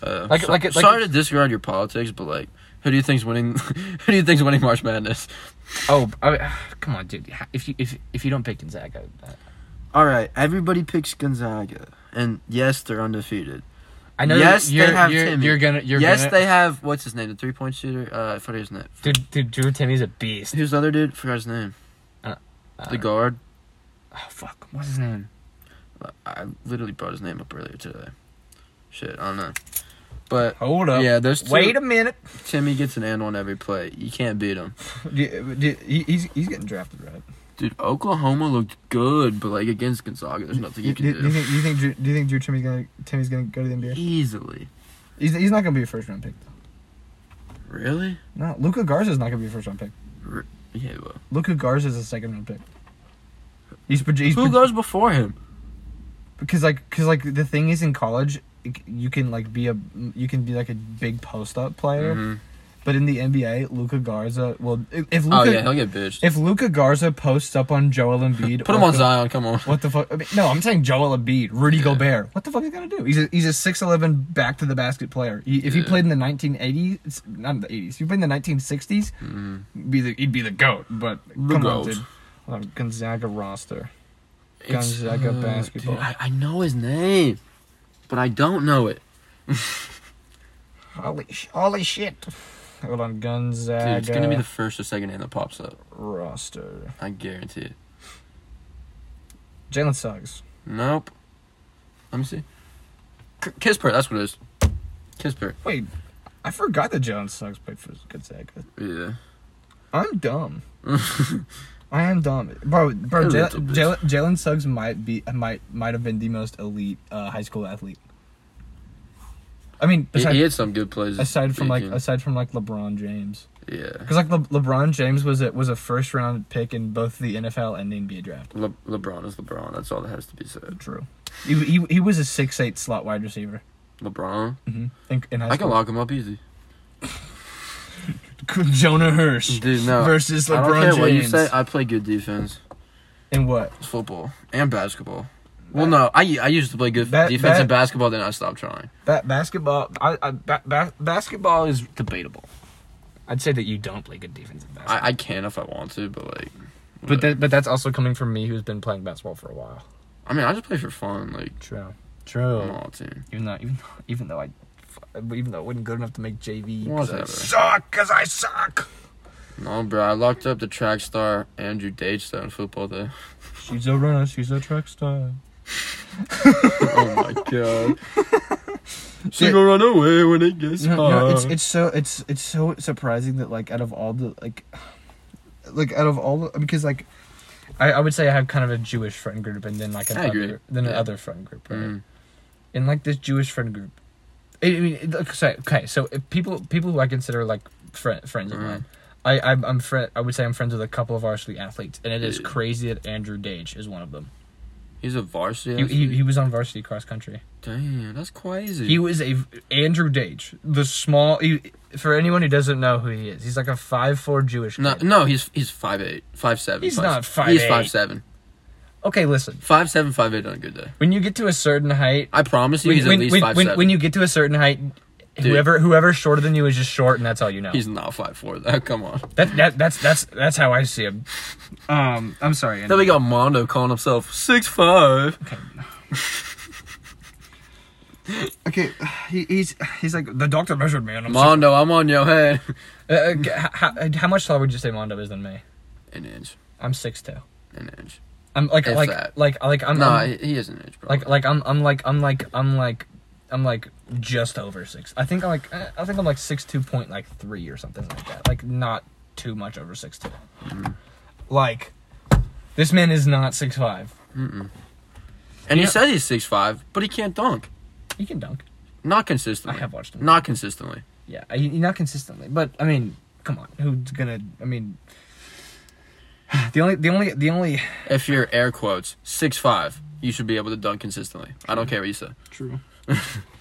Speaker 2: Uh,
Speaker 1: Like-
Speaker 2: so-
Speaker 1: like it- like-
Speaker 2: sorry to disregard your politics, but like, who do you think's winning? (laughs) who do you think's winning March Madness?
Speaker 1: Oh, I, come on, dude! If you if if you don't pick Gonzaga,
Speaker 2: All right, everybody picks Gonzaga, and yes, they're undefeated.
Speaker 1: I know.
Speaker 2: yes,
Speaker 1: you're,
Speaker 2: they have
Speaker 1: you're,
Speaker 2: Timmy.
Speaker 1: You're gonna. You're
Speaker 2: yes,
Speaker 1: gonna,
Speaker 2: they have what's his name, the three point shooter. Uh, I forgot his name.
Speaker 1: Dude, dude, Drew Timmy's a beast.
Speaker 2: Who's the other dude? Forgot his name.
Speaker 1: Uh,
Speaker 2: The guard.
Speaker 1: oh fuck, what's his name?
Speaker 2: I literally brought his name up earlier today. Shit, I don't know. But
Speaker 1: Hold up.
Speaker 2: yeah, there's two.
Speaker 1: Wait a minute.
Speaker 2: Timmy gets an and on every play. You can't beat him,
Speaker 1: uh, he's he's getting drafted, right?
Speaker 2: dude. Oklahoma looked good, but like against Gonzaga, there's nothing you can do.
Speaker 1: think you think Drew, do you think Drew Timmy's gonna Timmy's gonna go to the NBA?
Speaker 2: Easily.
Speaker 1: He's, he's not gonna be a first round pick.
Speaker 2: Really?
Speaker 1: No, Luca Garza's not gonna be a first round pick.
Speaker 2: Yeah. Well.
Speaker 1: Luca Garza's a second round pick. He's, proje- he's
Speaker 2: Who
Speaker 1: pro-
Speaker 2: goes before him?
Speaker 1: because like because like the thing is in college like, you can like be a you can be like a big post up player,
Speaker 2: Mhm.
Speaker 1: but in the NBA, Luca Garza well if, if
Speaker 2: Oh
Speaker 1: Luca
Speaker 2: yeah, he'll get bitched.
Speaker 1: if Luca Garza posts up on Joel Embiid,
Speaker 2: Put him
Speaker 1: or
Speaker 2: on
Speaker 1: Go-
Speaker 2: Zion. Come on.
Speaker 1: What the fuck? I mean, no, I'm saying Joel Embiid, Rudy
Speaker 2: Yeah.
Speaker 1: Gobert. What the fuck is he gonna do? He's a he's a six eleven back to the basket player. He, if he
Speaker 2: Yeah.
Speaker 1: played in the 1980s, not the 80s, if he played in the 1960s,
Speaker 2: Mhm.
Speaker 1: he'd be the he'd be the goat. But
Speaker 2: The
Speaker 1: come
Speaker 2: GOAT.
Speaker 1: on, dude. Hold on, Gonzaga roster.
Speaker 2: It's,
Speaker 1: Gonzaga
Speaker 2: dude,
Speaker 1: basketball.
Speaker 2: I, I know his name, but I don't know it.
Speaker 1: Holy sh- holy shit! Hold on,
Speaker 2: Dude,
Speaker 1: Gonzaga
Speaker 2: it's gonna be the first or second name that pops up.
Speaker 1: roster.
Speaker 2: I guarantee it.
Speaker 1: Jalen Suggs.
Speaker 2: Nope. Let me see. K- Kispert, that's what it is. Kispert.
Speaker 1: Wait, I forgot that Jalen Suggs played for Gonzaga.
Speaker 2: Yeah.
Speaker 1: I'm
Speaker 2: (laughs)
Speaker 1: dumb. I am dumb, bro.
Speaker 2: A
Speaker 1: Bro,
Speaker 2: little
Speaker 1: Jalen
Speaker 2: bit.
Speaker 1: Jalen- Jalen Suggs might be might might have been the most elite uh, high school athlete. I mean,
Speaker 2: he,
Speaker 1: besides,
Speaker 2: he had some good plays.
Speaker 1: aside from like
Speaker 2: speaking.
Speaker 1: aside from like LeBron James,
Speaker 2: yeah.
Speaker 1: because like Le- LeBron James was it was a first round pick in both the NFL and the NBA draft.
Speaker 2: Le- LeBron is LeBron. That's all that has to be said.
Speaker 1: True. He he, he was a six eight slot wide receiver.
Speaker 2: LeBron.
Speaker 1: Mm-hmm. In, in high
Speaker 2: I can
Speaker 1: school.
Speaker 2: lock him up easy.
Speaker 1: (laughs) Jonah Hirsch
Speaker 2: Dude, no.
Speaker 1: versus
Speaker 2: I
Speaker 1: LeBron
Speaker 2: don't care
Speaker 1: James.
Speaker 2: what you say. I play good defense.
Speaker 1: in what?
Speaker 2: It's football and basketball. Well, no, I I used to play good
Speaker 1: That-
Speaker 2: defense
Speaker 1: that-
Speaker 2: and basketball. Then I stopped trying.
Speaker 1: Ba- basketball. I, I, ba- ba- basketball is debatable. I'd say that you don't play good defense in basketball.
Speaker 2: I, I can if I want to, but like.
Speaker 1: but
Speaker 2: whatever.
Speaker 1: that, but that's also coming from me, who's been playing basketball for a while.
Speaker 2: I mean, I just play for fun. Like
Speaker 1: True.
Speaker 2: I'm
Speaker 1: True.
Speaker 2: all team.
Speaker 1: Even though even though, even though I even though I wasn't good enough to make JV.
Speaker 2: 'cause I
Speaker 1: I
Speaker 2: Whatever.
Speaker 1: suck. Cause I suck.
Speaker 2: No, bro. I locked up the track star Andrew Dage though in football though.
Speaker 1: She's a runner. She's a track star.
Speaker 2: oh my god.
Speaker 1: Dude.
Speaker 2: (laughs) She gonna run away when it gets
Speaker 1: You know, you
Speaker 2: hot.
Speaker 1: know, it's it's so it's it's so surprising that like out of all the like like out of all the, because like I, I would say I have kind of a Jewish friend group and then like
Speaker 2: I agree.
Speaker 1: another then
Speaker 2: Yeah.
Speaker 1: another friend group right
Speaker 2: Mm.
Speaker 1: in like this Jewish friend group. I I mean, it- like, sorry, okay, so if people people who I consider like friend, friends of
Speaker 2: Mhm.
Speaker 1: mine. I I'm, I'm friend. I would say I'm friends with a couple of varsity athletes, and it is
Speaker 2: Yeah.
Speaker 1: crazy that Andrew Dage is one of them.
Speaker 2: He's a varsity.
Speaker 1: He, he
Speaker 2: athlete?
Speaker 1: he was on varsity cross country.
Speaker 2: Damn, that's crazy.
Speaker 1: He was a Andrew Dage, the small. He, for anyone who doesn't know who he is, he's like a five four Jewish.
Speaker 2: no,
Speaker 1: kid.
Speaker 2: no, he's he's five eight, five seven.
Speaker 1: He's
Speaker 2: five,
Speaker 1: not
Speaker 2: seven. He's
Speaker 1: 5'8".
Speaker 2: five seven,
Speaker 1: Okay, listen.
Speaker 2: five seven, five eight on a good day.
Speaker 1: When you get to a certain height,
Speaker 2: I promise you,
Speaker 1: when,
Speaker 2: he's
Speaker 1: when,
Speaker 2: at least
Speaker 1: when,
Speaker 2: five
Speaker 1: when,
Speaker 2: seven.
Speaker 1: when you get to a certain height,
Speaker 2: Dude.
Speaker 1: whoever whoever's shorter than you is just short, and that's all you know.
Speaker 2: he's not five four though. Come on.
Speaker 1: That, that that's that's that's how I see him. Um, I'm sorry.
Speaker 2: Then we got Mondo calling himself six five.
Speaker 1: Okay, he, he's he's like the doctor measured me, and I'm so-
Speaker 2: Mondo, I'm on your head. (laughs)
Speaker 1: Uh, uh, g- h- how, how much taller would you say Mondo is than me?
Speaker 2: An inch,
Speaker 1: I'm six two.
Speaker 2: an inch.
Speaker 1: I'm like
Speaker 2: If
Speaker 1: like,
Speaker 2: that.
Speaker 1: like like I'm,
Speaker 2: Nah,
Speaker 1: I'm
Speaker 2: he, he is an inch, bro.
Speaker 1: like like I'm I'm like I'm like I'm like I'm like just over six. I think I'm like eh, I think I'm like six two point like three or something like that. Like not too much over six two.
Speaker 2: Mm.
Speaker 1: Like this man is not six five.
Speaker 2: and he
Speaker 1: yeah.
Speaker 2: says he's six five, but he can't dunk.
Speaker 1: He can dunk.
Speaker 2: Not
Speaker 1: I
Speaker 2: consistently.
Speaker 1: have watched him.
Speaker 2: Not consistently.
Speaker 1: Yeah, I, not consistently, but I mean, (sighs) come on, who's gonna? I mean, The only the only the only
Speaker 2: If you're air quotes six five, you should be able to dunk consistently. I don't care what you say.
Speaker 1: (laughs) True.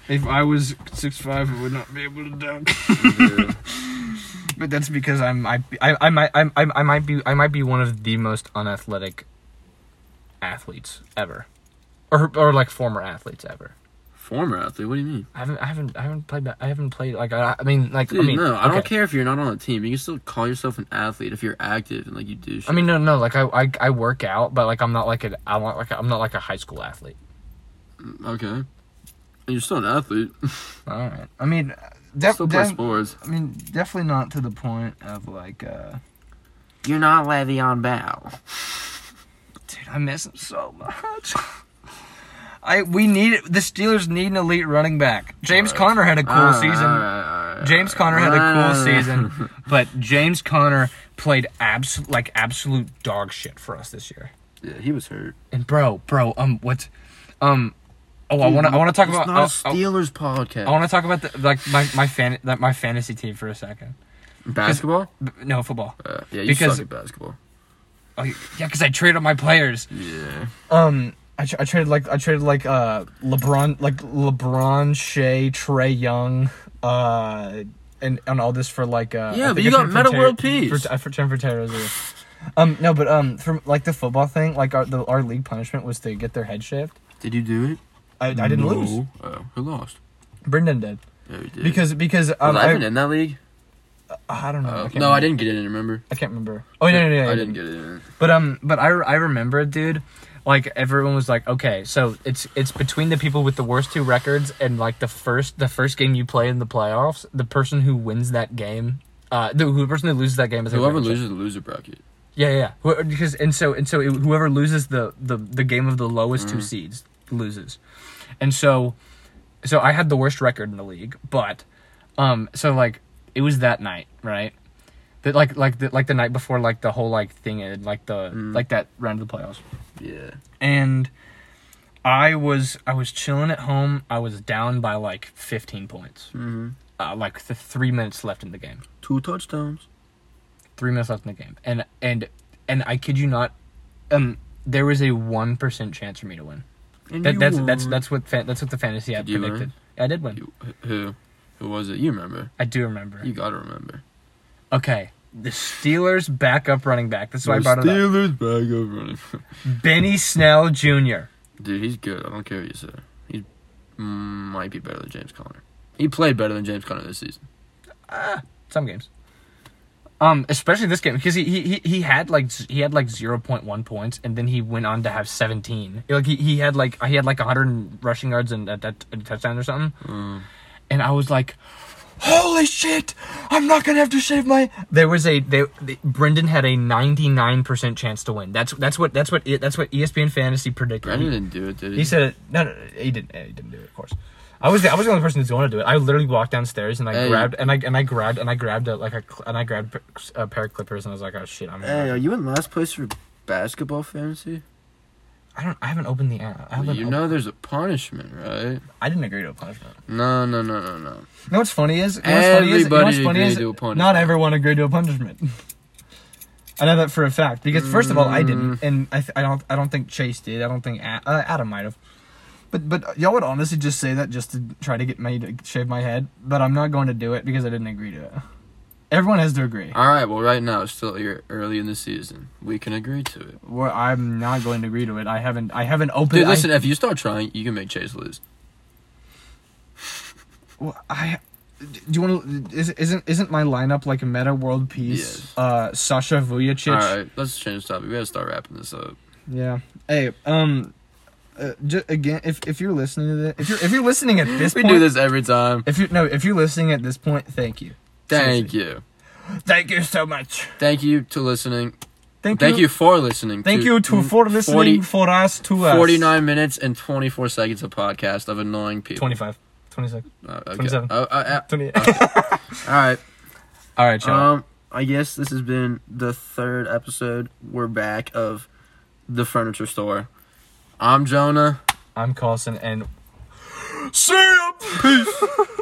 Speaker 1: if I was six five, I would not be able to dunk. (laughs) But that's because I'm I I I might I, I I might be I might be one of the most unathletic athletes ever, or or like former athletes ever.
Speaker 2: Former athlete, what do you mean?
Speaker 1: I haven't I haven't I haven't played ba- I haven't played like I, I mean like
Speaker 2: Dude,
Speaker 1: I mean
Speaker 2: no, I don't
Speaker 1: okay.
Speaker 2: care if you're not on a team. You can still call yourself an athlete if you're active and like you do. Shit.
Speaker 1: I mean no no like I, I I work out but like I'm not like an I'm not like a, I'm not like a high school athlete.
Speaker 2: okay, And you're still an athlete. (laughs)
Speaker 1: All right. I mean, uh, def-
Speaker 2: still play sports.
Speaker 1: I mean definitely not to the point of like uh
Speaker 2: You're not Le'Veon Bell.
Speaker 1: Dude, I miss him so much. (laughs) I we need the Steelers need an elite running back. James
Speaker 2: Alright.
Speaker 1: Conner had a cool
Speaker 2: All right,
Speaker 1: season.
Speaker 2: all right, all right, all
Speaker 1: James
Speaker 2: right.
Speaker 1: Conner had a cool
Speaker 2: All right. (laughs)
Speaker 1: season, but James Conner played abs- like absolute dog shit for us this year.
Speaker 2: Yeah, he was hurt.
Speaker 1: And bro, bro, um, what's, um, oh, I want to, I want to talk
Speaker 2: It's
Speaker 1: about,
Speaker 2: not a
Speaker 1: oh, oh,
Speaker 2: Steelers podcast.
Speaker 1: I want to talk about the, like my my fan that my fantasy team for a second.
Speaker 2: basketball?
Speaker 1: B- no football.
Speaker 2: Uh, yeah, you
Speaker 1: because-
Speaker 2: suck at basketball.
Speaker 1: Oh, yeah, because I traded my players.
Speaker 2: Yeah.
Speaker 1: Um, I, tr- I traded like I traded like uh LeBron like LeBron Shea Trey Young uh and and all this for like uh
Speaker 2: Yeah,
Speaker 1: I
Speaker 2: but
Speaker 1: think
Speaker 2: you
Speaker 1: I traded
Speaker 2: got
Speaker 1: for
Speaker 2: Meta World
Speaker 1: Ter-
Speaker 2: Peace.
Speaker 1: for, I for, traded for Terry Rozier. Um no but um for like the football thing like our the, our league punishment was to get their head shaved.
Speaker 2: Did you do it?
Speaker 1: I, I didn't
Speaker 2: No.
Speaker 1: lose.
Speaker 2: Oh, who lost?
Speaker 1: Brendan did
Speaker 2: Yeah, we did.
Speaker 1: because because um,
Speaker 2: was I even
Speaker 1: I,
Speaker 2: in that league?
Speaker 1: I don't know.
Speaker 2: Oh,
Speaker 1: I can't
Speaker 2: no, I
Speaker 1: remember.
Speaker 2: didn't get in. Remember?
Speaker 1: I can't remember. Oh no no no! yeah,
Speaker 2: I
Speaker 1: you
Speaker 2: didn't get in.
Speaker 1: But um, but I I remember, dude. Like everyone was like, okay, so it's it's between the people with the worst two records and like the first the first game you play in the playoffs, the person who wins that game, uh, the, who- the person who loses that game is the
Speaker 2: Whoever
Speaker 1: winner.
Speaker 2: loses the loser bracket.
Speaker 1: Yeah, yeah, yeah. Who- Because and so and so it, whoever loses the the the game of the lowest two seeds loses, and so, so I had the worst record in the league, but, um, so like it was that night, right? That like like the, like the night before like the whole like thing and like the like that round of the playoffs,
Speaker 2: Yeah.
Speaker 1: and I was I was chilling at home. I was down by like fifteen points,
Speaker 2: Mm-hmm.
Speaker 1: uh, like the three minutes left in the game.
Speaker 2: Two touchdowns.
Speaker 1: three minutes left in the game, and and and I kid you not, um, there was a one percent chance for me to win.
Speaker 2: And
Speaker 1: That,
Speaker 2: you
Speaker 1: that's that's
Speaker 2: won.
Speaker 1: that's what fan, that's what the fantasy app
Speaker 2: Did you
Speaker 1: predicted.
Speaker 2: win?
Speaker 1: I did win.
Speaker 2: You- who? Who was it? You remember?
Speaker 1: I do remember.
Speaker 2: You gotta remember.
Speaker 1: Okay, the Steelers backup running back. That's why I
Speaker 2: The
Speaker 1: brought it
Speaker 2: Steelers back up running. (laughs)
Speaker 1: up. Benny Snell Jr.
Speaker 2: Dude, he's good. I don't care what you say. He might be better than James Conner. He played better than James Conner this season.
Speaker 1: Some games. Um, especially this game because he he, he, he had like z- he had like zero point one points and then he went on to have seventeen. Like he, he had like he had like hundred rushing yards and a, a, a touchdown or something.
Speaker 2: Oh,
Speaker 1: and I was like, "Holy shit! I'm not gonna have to shave my." There was a they, they- Brendan had a 99 percent chance to win. That's that's what that's what it- that's what E ESPN fantasy predicted.
Speaker 2: Brandon didn't do it, did he?
Speaker 1: He said, "No, no, he didn't. He didn't do it. Of course." I was the, I was the only person who's going to do it. I literally walked downstairs and I
Speaker 2: Hey.
Speaker 1: grabbed and I and I grabbed and I grabbed a, like a cl- and I grabbed a pair of clippers and I was like, "Oh shit, I'm."
Speaker 2: "Hey, are you in last place for basketball fantasy?
Speaker 1: I don't. I haven't opened the app. I haven't.
Speaker 2: You
Speaker 1: op-
Speaker 2: know, there's a punishment, right?
Speaker 1: I didn't agree to a punishment.
Speaker 2: No, no, no, no, no.
Speaker 1: You know what's funny is you know what's funny is, you know
Speaker 2: Everybody
Speaker 1: what's funny
Speaker 2: agreed
Speaker 1: is
Speaker 2: to a punishment.
Speaker 1: not everyone agreed to a punishment. I know that for a fact because first of all, I
Speaker 2: Mm.
Speaker 1: didn't, and I, th- I don't, I don't think Chase did. I don't think a- uh, Adam might have. But but y'all would honestly just say that just to try to get me to shave my head. But I'm not going to do it because I didn't agree to it. Everyone has to agree.
Speaker 2: All right, well, right now, it's still you're early in the season. We can agree to it.
Speaker 1: Well, I'm not going to agree to it. I haven't. I haven't opened.
Speaker 2: Dude,
Speaker 1: I-
Speaker 2: listen, uh, if you start trying, you can make Chase lose.
Speaker 1: Well, I do you want to? Is, isn't isn't my lineup like Meta World Peace?
Speaker 2: Yes.
Speaker 1: Uh, Sasha Vujacic.
Speaker 2: All right, let's change the topic. We gotta start wrapping this up.
Speaker 1: Yeah. Hey, um, uh, ju- again, if if you're listening to this, if you're if you're listening at this
Speaker 2: We
Speaker 1: point,
Speaker 2: do this every time.
Speaker 1: if you no, if you're listening at this point, thank you,
Speaker 2: Thank you.
Speaker 1: thank you so much.
Speaker 2: Thank you to listening.
Speaker 1: Thank,
Speaker 2: Thank
Speaker 1: you.
Speaker 2: you Mm, for listening.
Speaker 1: Thank you to for listening
Speaker 2: 40
Speaker 1: for us to uh, us.
Speaker 2: 49 minutes and 24 seconds of podcast of annoying people.
Speaker 1: 25, 26,
Speaker 2: Uh, okay.
Speaker 1: 27.
Speaker 2: Uh, uh,
Speaker 1: 28. (laughs)
Speaker 2: uh, all right.
Speaker 1: All right, y'all.
Speaker 2: Um, I guess this has been the third episode. We're back of the furniture store. I'm Jonah.
Speaker 1: I'm Carlson, and see ya. Peace.